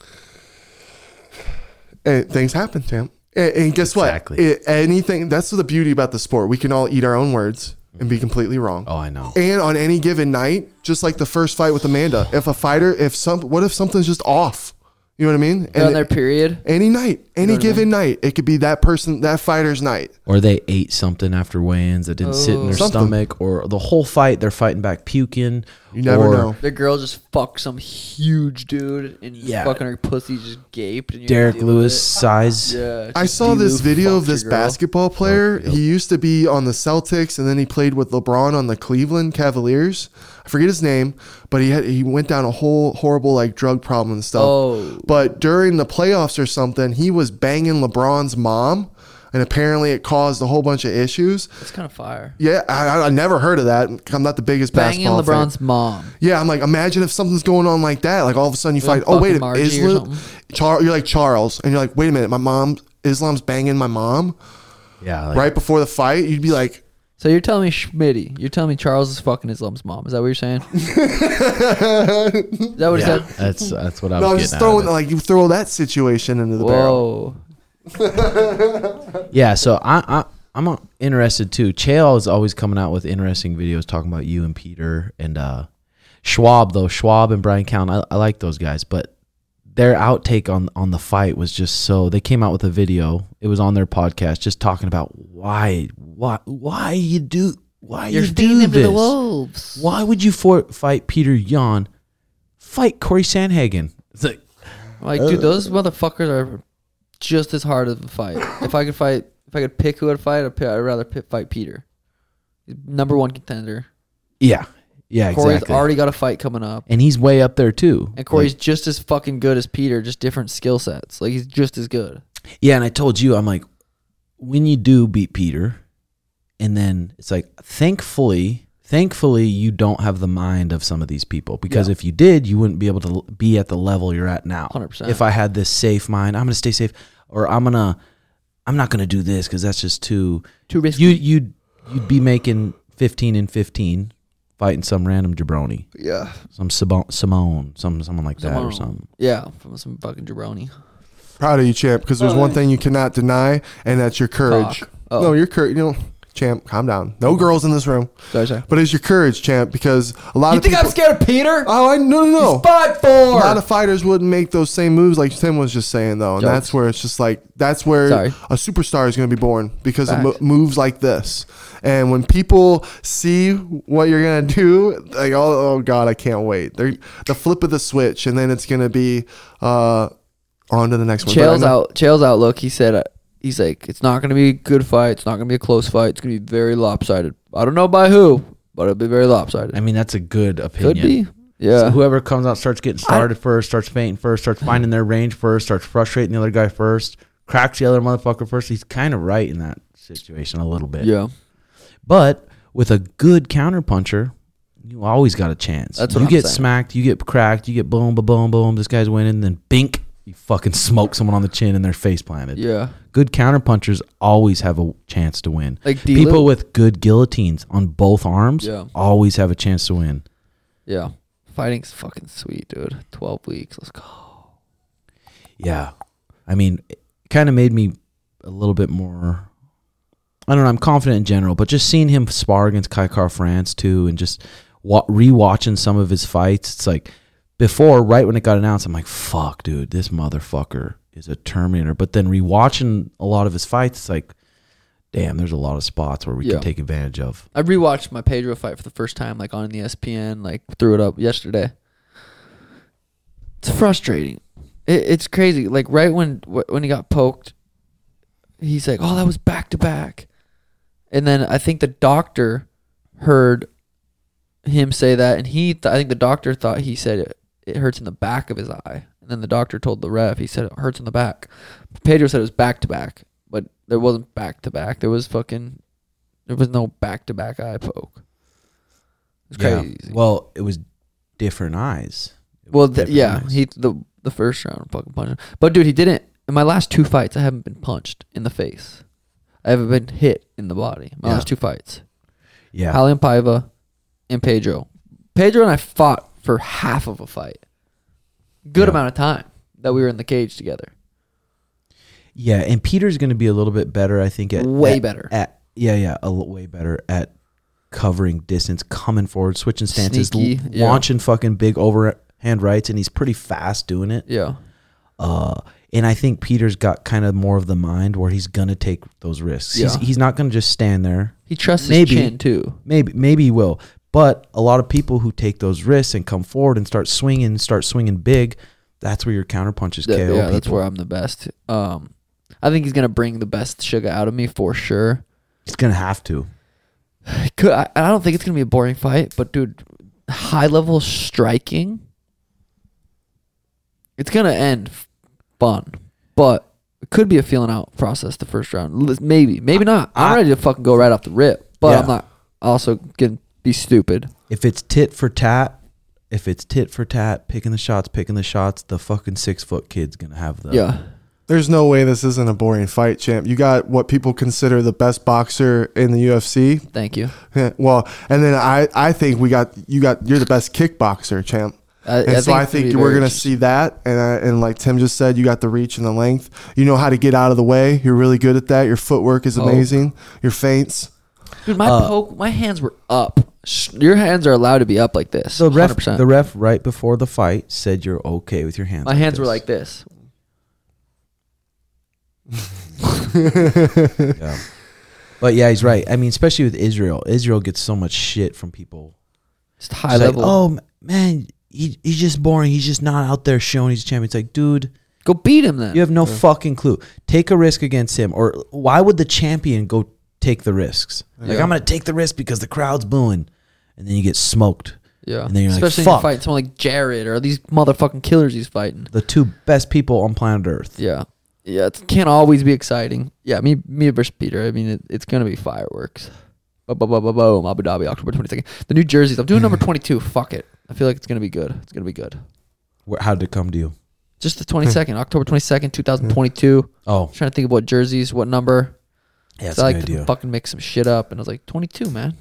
And Eh, things happen, champ. And, and guess Exactly. what? It, anything that's the beauty about the sport. We can all eat our own words and be completely wrong. Oh, I know. And on any given night, just like the first fight with Amanda, if a fighter, if some, what if something's just off? You know what I mean? They're on And their period. any night, any given night, it could be that person, that fighter's night. Or they ate something after weigh-ins that didn't sit in their Something. stomach, or the whole fight they're fighting back puking. You never or know. The girl just fucked some huge dude and Yeah. fucking her pussy just gaped. And you Derek deal with Lewis it. size. Yeah, I just saw this D-Lou video of fucked your this girl. basketball player. He used to be on the Celtics, and then he played with LeBron on the Cleveland Cavaliers. I forget his name, but he had he went down a whole horrible like drug problem and stuff. Oh. But during the playoffs or something, he was banging LeBron's mom, and apparently it caused a whole bunch of issues. That's kind of fire. Yeah, I, I- I never heard of that. I'm not the biggest Banging basketball fan. LeBron's mom. Yeah, I'm like, imagine if something's going on like that. Like all of a sudden you Like fight. Oh wait, fucking Margie or Islam. something. Char- you're like Charles, and you're like, wait a minute, my mom, Islam's banging my mom Yeah, like, right before the fight. You'd be like, So you're telling me Schmitty? You're telling me Charles is fucking Islam's mom? Is that what you're [laughs] saying? is that what Yeah, he said? that's that's what I was no, I'm getting just at throwing with it. like you throw that situation into the barrel. Whoa. Yeah, so I, I I'm uh, interested too. Chael is always coming out with interesting videos talking about you and Peter and uh Schwab though. Schwab and Brian Cowan, I, I like those guys, but their outtake on on the fight was just so they came out with a video. It was on their podcast just talking about why why why you do why You're you feeding do him to this. the wolves. Why would you for, fight Peter Yan? Fight Corey Sanhagen. It's like Like, dude, those Uh. motherfuckers are just as hard of a fight. if I could fight, if I could pick who I'd fight, I'd, pick, I'd rather pick, fight Peter, number one contender. yeah. Yeah, Corey's exactly. already got a fight coming up, and he's way up there too. and Corey's just as fucking good as Peter, just different skill sets. Like he's just as good. Yeah, and I told you, I'm like, when you do beat Peter, and then it's like, thankfully, thankfully, you don't have the mind of some of these people because if you did, you wouldn't be able to l- be at the level you're at now. 100%. If I had this safe mind, I'm gonna stay safe, or I'm gonna, I'm not gonna do this because that's just too Too risky. You you'd you'd be making 15 and 15, fighting some random jabroni, Yeah, some Sabo- Simone, some someone like that or something. Yeah, from some fucking jabroni. Proud of you, champ, because there's one thing you cannot deny, and that's your courage. Cock. Oh. No, your courage. You know, champ, calm down. No girls in this room, Sorry, sorry. but it's your courage, champ, because a lot You of think people. I'm scared of Peter? oh, I no no no. Five a lot four. of fighters wouldn't make those same moves like Tim was just saying though, and Jokes. that's where it's just like that's where Sorry. a superstar is going to be born because of mo- Facts. moves like this. And when people see what you're going to do, like oh, oh god, I can't wait. They're the flip of the switch, and then it's going to be uh, on to the next one. But I Chael's know- out. Chael's outlook. He said, uh, he's like, it's not gonna be a good fight. It's not gonna be a close fight. It's gonna be very lopsided. I don't know by who, but it'll be very lopsided. I mean, that's a good opinion. Could be. Yeah. So whoever comes out starts getting started first, starts fainting [sighs] first, starts finding their range first, starts frustrating the other guy first, cracks the other motherfucker first. He's kind of right in that situation a little bit. yeah. But with a good counterpuncher, you always got a chance. That's what you I'm get saying. smacked, you get cracked, you get boom, ba boom, boom. This guy's winning, then bink, you fucking smoke someone on the chin and their face planted. Yeah. Good counterpunchers always have a chance to win. Like D-Lo? people with good guillotines on both arms Yeah. always have a chance to win. Yeah. Fighting's fucking sweet, dude. Twelve weeks. Let's go. Yeah. I mean, it kind of made me a little bit more. I don't know. I'm confident in general, but just seeing him spar against Kaikar France too, and just wa- rewatching some of his fights, it's like before, right when it got announced, I'm like, "Fuck, dude, this motherfucker is a Terminator." But then rewatching a lot of his fights, it's like, Damn, there's a lot of spots where we Yeah. can take advantage of. I rewatched my Pedro fight for the first time, like on E the ESPN, like threw it up yesterday. It's frustrating. It, it's crazy. Like right when wh- when he got poked, he's like, "Oh, that was back to back," and then I think the doctor heard him say that, and he, th- I think the doctor thought he said it, it hurts in the back of his eye, and then the doctor told the ref he said it hurts in the back. Pedro said it was back to back, but there wasn't back to back. There was fucking there was no back to back eye poke. It's Yeah. crazy. Well, Well, it was different eyes. It was th- different yeah, eyes. he the the first round fucking punched, him. but dude, he didn't. In my last two fights, I haven't been punched in the face. I haven't been hit in the body. My Yeah. last two fights, yeah. Holly and Paiva, and Pedro. Pedro and I fought for half of a fight. Good Yeah. amount of time that we were in the cage together. Yeah, and Peter's going to be a little bit better, I think. At, Way at- better. At yeah, yeah, a l- way better at covering distance, coming forward, switching stances, l- Sneaky, yeah. launching fucking big overhand rights, and he's pretty fast doing it. Yeah, Uh, and I think Peter's got kind of more of the mind where he's going to take those risks. Yeah. He's, he's not going to just stand there. he trusts Maybe. his chin too. Maybe maybe he will, but a lot of people who take those risks and come forward and start swinging, start swinging big. That's where your counter punches Th- KO yeah, people. that's where I'm the best. Um, I think he's gonna bring the best sugar out of me for sure. he's gonna have to. It could I, I don't think it's gonna be a boring fight, but dude, high level striking. It's gonna end f- fun, but it could be a feeling out process the first round. L- Maybe, maybe not. I'm I- ready to fucking go right off the rip, but I'm Yeah. not also gonna be stupid. If it's tit for tat, if it's tit for tat, picking the shots, picking the shots, the fucking six foot kid's gonna have the yeah, There's no way this isn't a boring fight, champ. You got what people consider the best boxer in the UFC. thank you. [laughs] well, and then I, I think we got you got you're the best kickboxer, champ. I- and I so think I it's gonna be think we're very gonna interesting. see that, and I, and like Tim just said, you got the reach and the length. You know how to get out of the way. You're really good at that. Your footwork Oh. is amazing. Your feints. Dude, my uh, poke, my hands were up. Sh- Your hands are allowed to be up like this. The ref, 100%. the ref, right before the fight, said you're okay with your hands. my hands were this. like this. Yeah. But yeah, he's right. I mean, especially with Israel. Israel gets so much shit from people. Just high It's like, level. oh m- man, he, he's just boring. He's just not out there showing he's a champion. It's like, dude, go beat him then. you have no fucking clue. Take a risk against him, or why would the champion go take the risks? Like, Yeah. I'm gonna take the risk because the crowd's booing, and then you get smoked. Yeah. And then you're like, Especially "Fuck." if you're fighting someone like Jared or these motherfucking killers he's fighting. The two best people on planet Earth. Yeah. Yeah, it can't always be exciting. Yeah, me me versus Peter. I mean, it, it's gonna be fireworks. Boom, boom, boom, boom, boom. Abu Dhabi, October twenty second. The New Jerseys. I'm [laughs] doing number twenty two. Fuck it. I feel like it's gonna be good. It's gonna be good. Where, how did it come to you? Just Hmm. the twenty second, October twenty second, two thousand twenty two. Oh, Trying to think of what jerseys, what number. yeah, that's So I a like good to idea. fucking mix some shit up, and I was like, twenty two, man.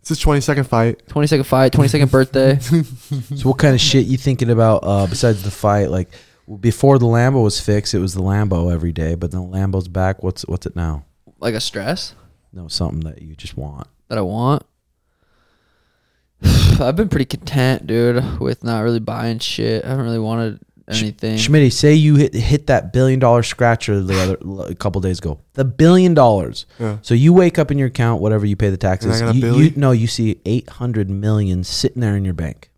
It's his 22nd fight. Twenty second fight, twenty [laughs] second birthday. So what kind of shit you thinking about uh, besides the fight? Like before the Lambo was fixed, it was the Lambo every day, but then the Lambo's back. What's what's it now? like a stress No, something that you just want. that I want. [sighs] I've been pretty content, dude, with not really buying shit. I haven't really wanted anything. Schmitty, say you hit, hit that billion dollar scratcher the other [laughs] l- a couple days ago. The billion dollars. Yeah. So you wake up in your account, whatever you pay the taxes. And I got a you, you- billy? no, you see eight hundred million sitting there in your bank.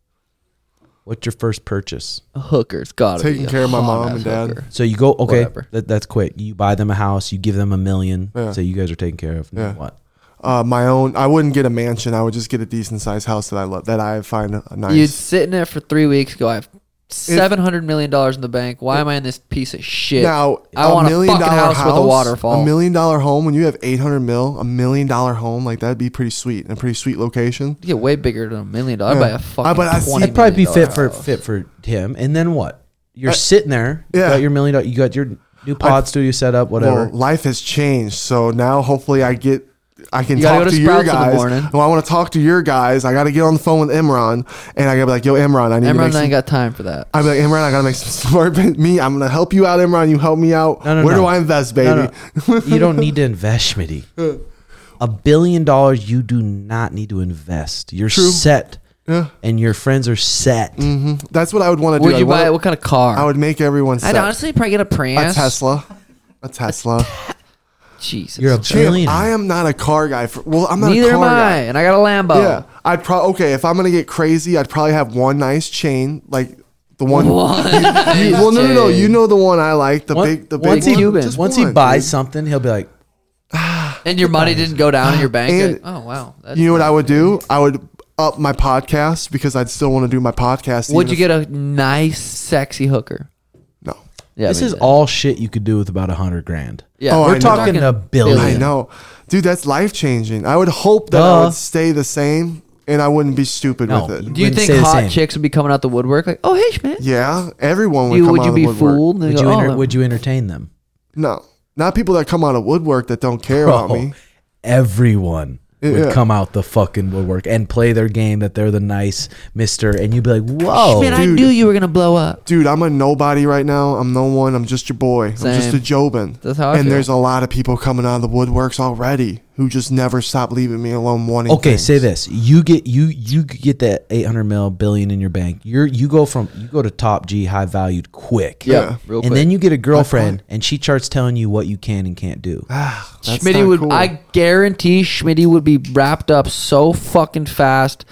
What's your first purchase? hookers. Got to Taking care of my mom and dad. So you go okay. Whatever. That, that's quick. You buy them a house. You give them a million. Yeah. So you guys are taken care of. and then Yeah. What? Uh, my own. I wouldn't get a mansion. I would just get a decent sized house that I love. That I find uh, nice. You'd sit in it for three weeks. Go. I have seven hundred million dollars in the bank. Why am I in this piece of shit? Now, I a want a million fucking dollar house, with a waterfall. A million dollar home when you have 800 mil, a million dollar home, like that'd be pretty sweet and a pretty sweet location. You get way bigger than a million dollars. Yeah. I'd buy a fucking. Uh, but I see- $20 That'd probably be million fit for house. fit for him. And then what? You're sitting there. You Uh, yeah. got your million. dollar- You got your new pod studio set up. Whatever. Well, life has changed. So now hopefully I get, I can You gotta talk go to to, your Sprouts in the guys. morning. Well, I want to talk to your guys. I got to get on the phone with Imran and I got to be like, yo, Imran, I need to make Emerald some, ain't got time for that. I'm like, Imran, I got to make some [laughs] smart bet- me. I'm going to help you out, Imran. You help me out. No, no, Where no. do I invest, baby? No, no. you don't need to invest, [laughs] Schmitty. A billion dollars, you do not need to invest. You're set, Yeah. Mm. and your friends are set. That's what I would want to do. Would you buy I wanna- it? What kind of car? I would make everyone I'd set. honestly probably get a Prius. a Tesla. A Tesla. Jesus. You're a Champ, billionaire. I am not a car guy. For, well, I'm not Neither a am car I, guy. and I got a Lambo. Yeah, I'd probably okay. If I'm gonna get crazy, I'd probably have one nice chain, like the one. One [laughs] You- well, no, no, no. You know the one I like, the Once- big, the once he- big one. Cuban. Just Once he one, buys dude. something, he'll be like, and your money didn't go down in your bank. And- like, oh wow. That's you know what I would do? I would up my podcast because I'd still want to do my podcast. Would even you if- get a nice, sexy hooker? No. Yeah, this I mean, is that- all shit you could do with about a hundred grand. Yeah, Oh, I We're know. talking a billion. I Yeah. know, dude. That's life changing. I would hope that Duh. I would stay the same and I wouldn't be stupid No. with it. Do you Wouldn't think say the hot same. chicks would be coming out the woodwork like, oh hey man, Yeah, everyone would you, come would out you of be woodwork. fooled? And they Would go, you, "Oh, enter, that- would you entertain them? No, not people that come out of woodwork that don't care about Bro, me. Oh, Everyone would Yeah. come out the fucking woodwork and play their game that they're the nice mister, and you'd be like, "Whoa, man, I dude. knew you were gonna blow up. Dude, I'm a nobody right now. I'm no one. I'm just your boy. I'm just Same. a Jobin. That's how I and feel. there's a lot of people coming out of the woodworks already who just never stop leaving me alone wanting Okay, things. say this: you get you you get that eight hundred mil billion in your bank. You're you go from you go to top G high valued quick. Yeah, Yeah. real quick. And then you get a girlfriend, and she starts telling you what you can and can't do. Ah, that's Schmitty not would. cool. I guarantee Schmitty would be wrapped up so fucking fast,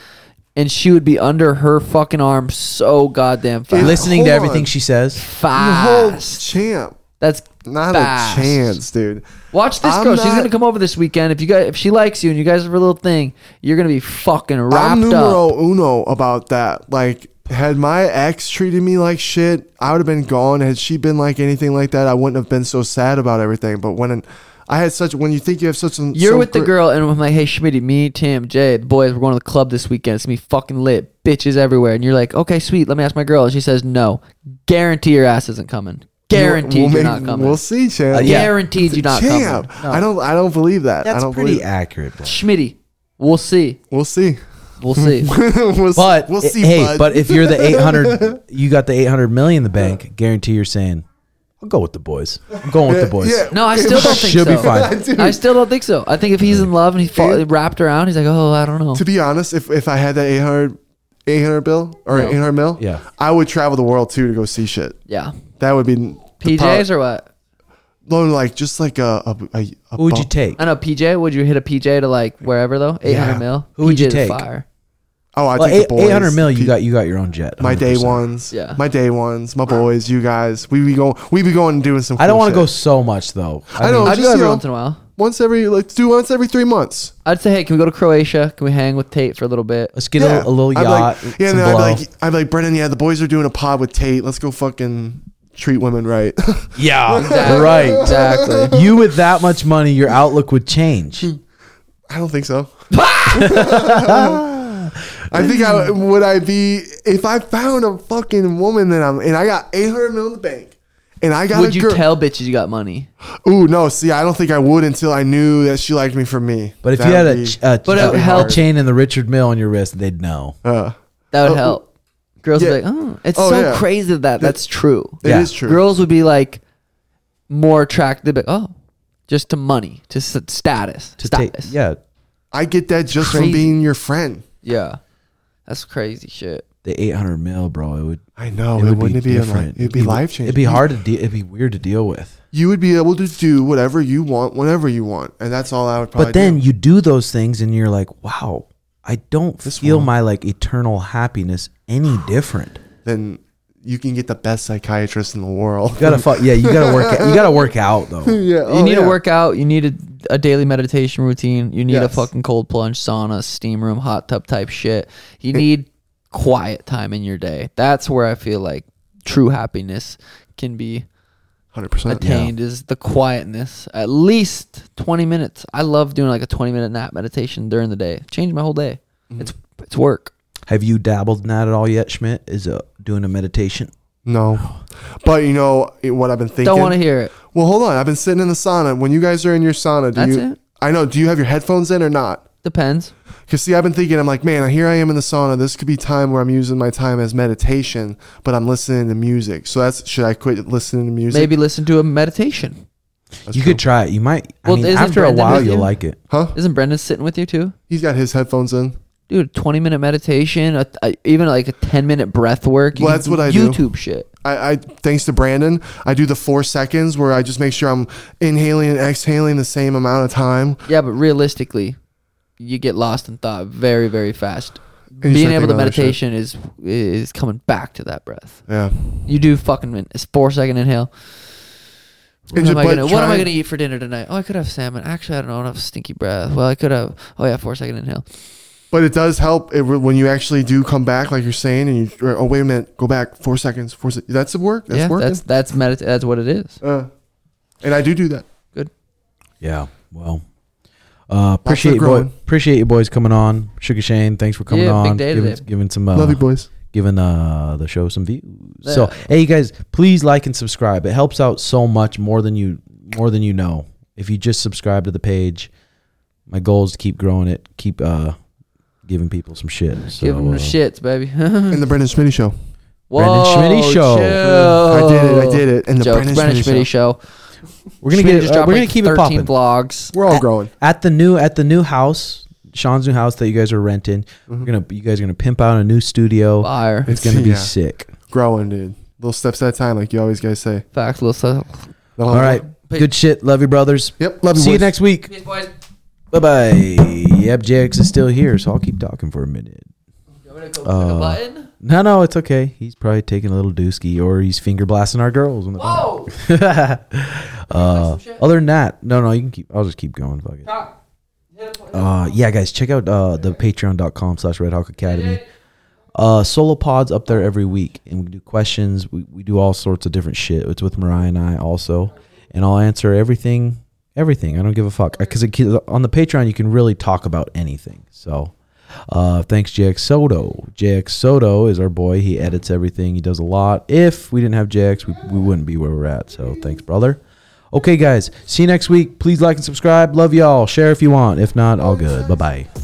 and she would be under her fucking arm so goddamn fast. Listen- Listening hold to on. everything she says, no, fast. champ. That's Not fast. a chance, dude. Watch this I'm girl. She's not- gonna come over this weekend. If you guys, if she likes you and you guys have a little thing, you're gonna be fucking wrapped I'm numero up. uno about that. Like, had my ex treated me like shit, I would have been gone. Had she been like anything like that, I wouldn't have been so sad about everything. But when I had such, when you think you have such, an, You're so with the gr- girl, and I'm like, hey, Schmitty, me, Tim, Jay, the boys, we're going to the club this weekend. It's gonna be fucking lit, bitches everywhere. And you're like, okay, sweet, let me ask my girl. And she says, no, guarantee your ass isn't coming. Guaranteed we'll you're make- not coming. We'll see, champ. Uh, Guaranteed you're not Champ, coming. I don't. I don't believe that. I that's don't pretty believe. it. accurate. Bro. Schmitty, we'll see, We'll see. [laughs] we'll see. we'll, But eh, we'll see. hey, bud. but if you're the eight [laughs] hundred, you got the eight hundred million in the bank. Guarantee you're saying, "I'll go with the boys. I'm going with the boys." yeah. No, I still don't think She'll so. be [laughs] fine. Dude, I still don't think so. I think if he's in love and he's fa- Dude. wrapped around, he's like, oh, I don't know. to be honest, if if I had that 800, 800 bill or Yeah. 800 mil, Yeah. I would travel the world too to go see shit. Yeah, That would be the PJs or what? no, no, like just like a a, a, a Who would you bump. take? I know PJ. Would you hit a PJ to like wherever though? Eight hundred mil. Who would you PJ 's take? Fire. Oh, I Well, take eight the boys. hundred mil, you P- got you got your own jet. my day 100%. ones. Yeah. my day ones. My boys, you guys. We be going. We be going and doing some. I don't cool want to go shit. so much though. I, I know. I'd just, go every you know, once in a while. Once every, let's do once every three months. I'd say, hey, can we go to Croatia? Can we hang with Tate for a little bit? Let's get a, little, a little I'd be yacht. Like, yeah, some and then I'd blow. be like, I'd be like, Brennan, yeah, the boys are doing a pod with Tate. Let's go fucking treat women right. [laughs] yeah, Exactly. [laughs] right. [laughs] Exactly. You with that much money, your outlook would change. Hmm. I don't [laughs] think so. I think I would I be if I found a fucking woman that I'm and I got eight hundred mil in the bank and I got Would a you girl. tell bitches you got money? Ooh no, see, I don't think I would until I knew that she liked me for me. But if That you had would a, be- ch- uh, a, But a it would help. chain and the Richard Mill on your wrist, they'd know. uh, That Oh, would Uh, help. Girls yeah. would be like, oh, it's Oh, so yeah. crazy that that's true. it is Yeah. true. Girls would be like more attracted, but oh, just to money, to s- status, To take, status. yeah, I get that just Crazy. from being your friend. yeah, that's crazy shit. the eight hundred mil, bro. It would. I know Oh, it, wouldn't it be a li- different. it'd be life changing. It'd be hard to deal. It'd be weird to deal with. You would be able to do whatever you want, whenever you want, and that's all I would probably. but then do. you do those things, and you're like, wow, I don't feel my like eternal happiness [sighs] any different. then you can get the best psychiatrist in the world. You gotta fuck. Yeah, you gotta work. Out, you gotta work out though. [laughs] Oh, yeah, you need to to work out. You need a, a daily meditation routine. You need a Yes. fucking cold plunge, sauna, steam room, hot tub type shit. You need quiet time in your day. That's where I feel like true happiness can be hundred percent. attained is the quietness. At least 20 minutes. I love doing like a 20 minute nap meditation during the day. Changed my whole day. Mm-hmm. It's it's work. Have you dabbled in that at all yet, Schmidt? Is uh, doing a meditation? No, but you know it- what I've been thinking. Don't want to hear it. Well, hold on. I've been sitting in the sauna. When you guys are in your sauna, do That's you? it. I know. Do you have your headphones in or not? Depends. Because see, I've been thinking. I'm like, man, here I am in the sauna. This could be time where I'm using my time as meditation, but I'm listening to music. So that's should I quit listening to music? Maybe listen to a meditation. you could try it. You might. Well, I mean, isn't after a Brendan while, with you'll you? like it. Huh? Isn't Brendan sitting with you too? He's got his headphones in. dude, a 20 minute meditation, a, a, even like a 10 minute breath work. Well, can that's what I do. YouTube shit. I, I thanks to Brandon, I do the four seconds where I just make sure I'm inhaling and exhaling the same amount of time. Yeah, but realistically, you get lost in thought very, very fast. you Being start able to thinking about other shit. meditation is is coming back to that breath. Yeah. You do fucking min- it's four second inhale. What And ju- am, I but gonna, what am I try- gonna eat for dinner tonight? Oh, I could have salmon. Actually, I don't know. I don't have stinky breath. Well, I could have. Oh yeah, four second inhale. But it does help it, when you actually do come back, like you're saying, and you. Oh wait a minute, go back four seconds. Four. Se- that's the work. That's yeah, working. that's that's medit- That's what it is. uh, and I do do that. Good. Yeah. Well, uh, for appreciate you boy, growing. appreciate you boys coming on. Sugar Shane, thanks for coming Yeah, on. big day giving, today. giving some uh, Love [laughs] you, boys. giving uh, the show some views. So Yeah. hey, you guys, please like and subscribe. It helps out so much more than you more than you know. If you just subscribe to the page, my goal is to keep growing it, keep uh, giving people some shit. So, Give them uh, the shits, baby. [laughs] And the Brendan Schmitty show. Whoa, Schmitty Show. chill. Oh. I did it. I did it. And the Jokes. Brendan, Schmitty, show. show. We're gonna Schmitty get just uh, dropped, we're gonna like, keep it 13 popping. vlogs. Uh. We're all growing. at the new at the new house, Sean's new house that you guys are renting. Mm-hmm. We're gonna you guys are gonna pimp out a new studio. Fire. It's gonna be Yeah. sick. Growing, dude. Little steps at a time, like you always guys say. Facts, little stuff. All right, good shit. Love you, brothers. Yep. Oh, Love you, See you boys. next week. boys. Bye bye. Yep, JX is still here, so I'i'll keep talking for a minute. Uh, No, no, it's okay. He's probably taking a little dooski or he's finger blasting our girls. In the Whoa! back. [laughs] uh, some shit? other than that, no, no, you can keep. I'll just keep going. Fuck it. Uh, yeah, guys, check out uh, the patreon.com slash Red Hawk Academy. Uh, solo pods up there every week, and we do questions. We, we do all sorts of different shit. It's with Mariah and I also, and I'll answer everything. Everything. I don't give a fuck Uh, because on the Patreon you can really talk about anything. So, uh, thanks JX Soto. JX Soto is our boy. He edits everything. He does a lot. If we didn't have JX, we, we wouldn't be where we're at. So thanks, brother. Okay, guys. See you next week. Please like and subscribe. Love y'all. Share if you want. If not, all good. Bye bye.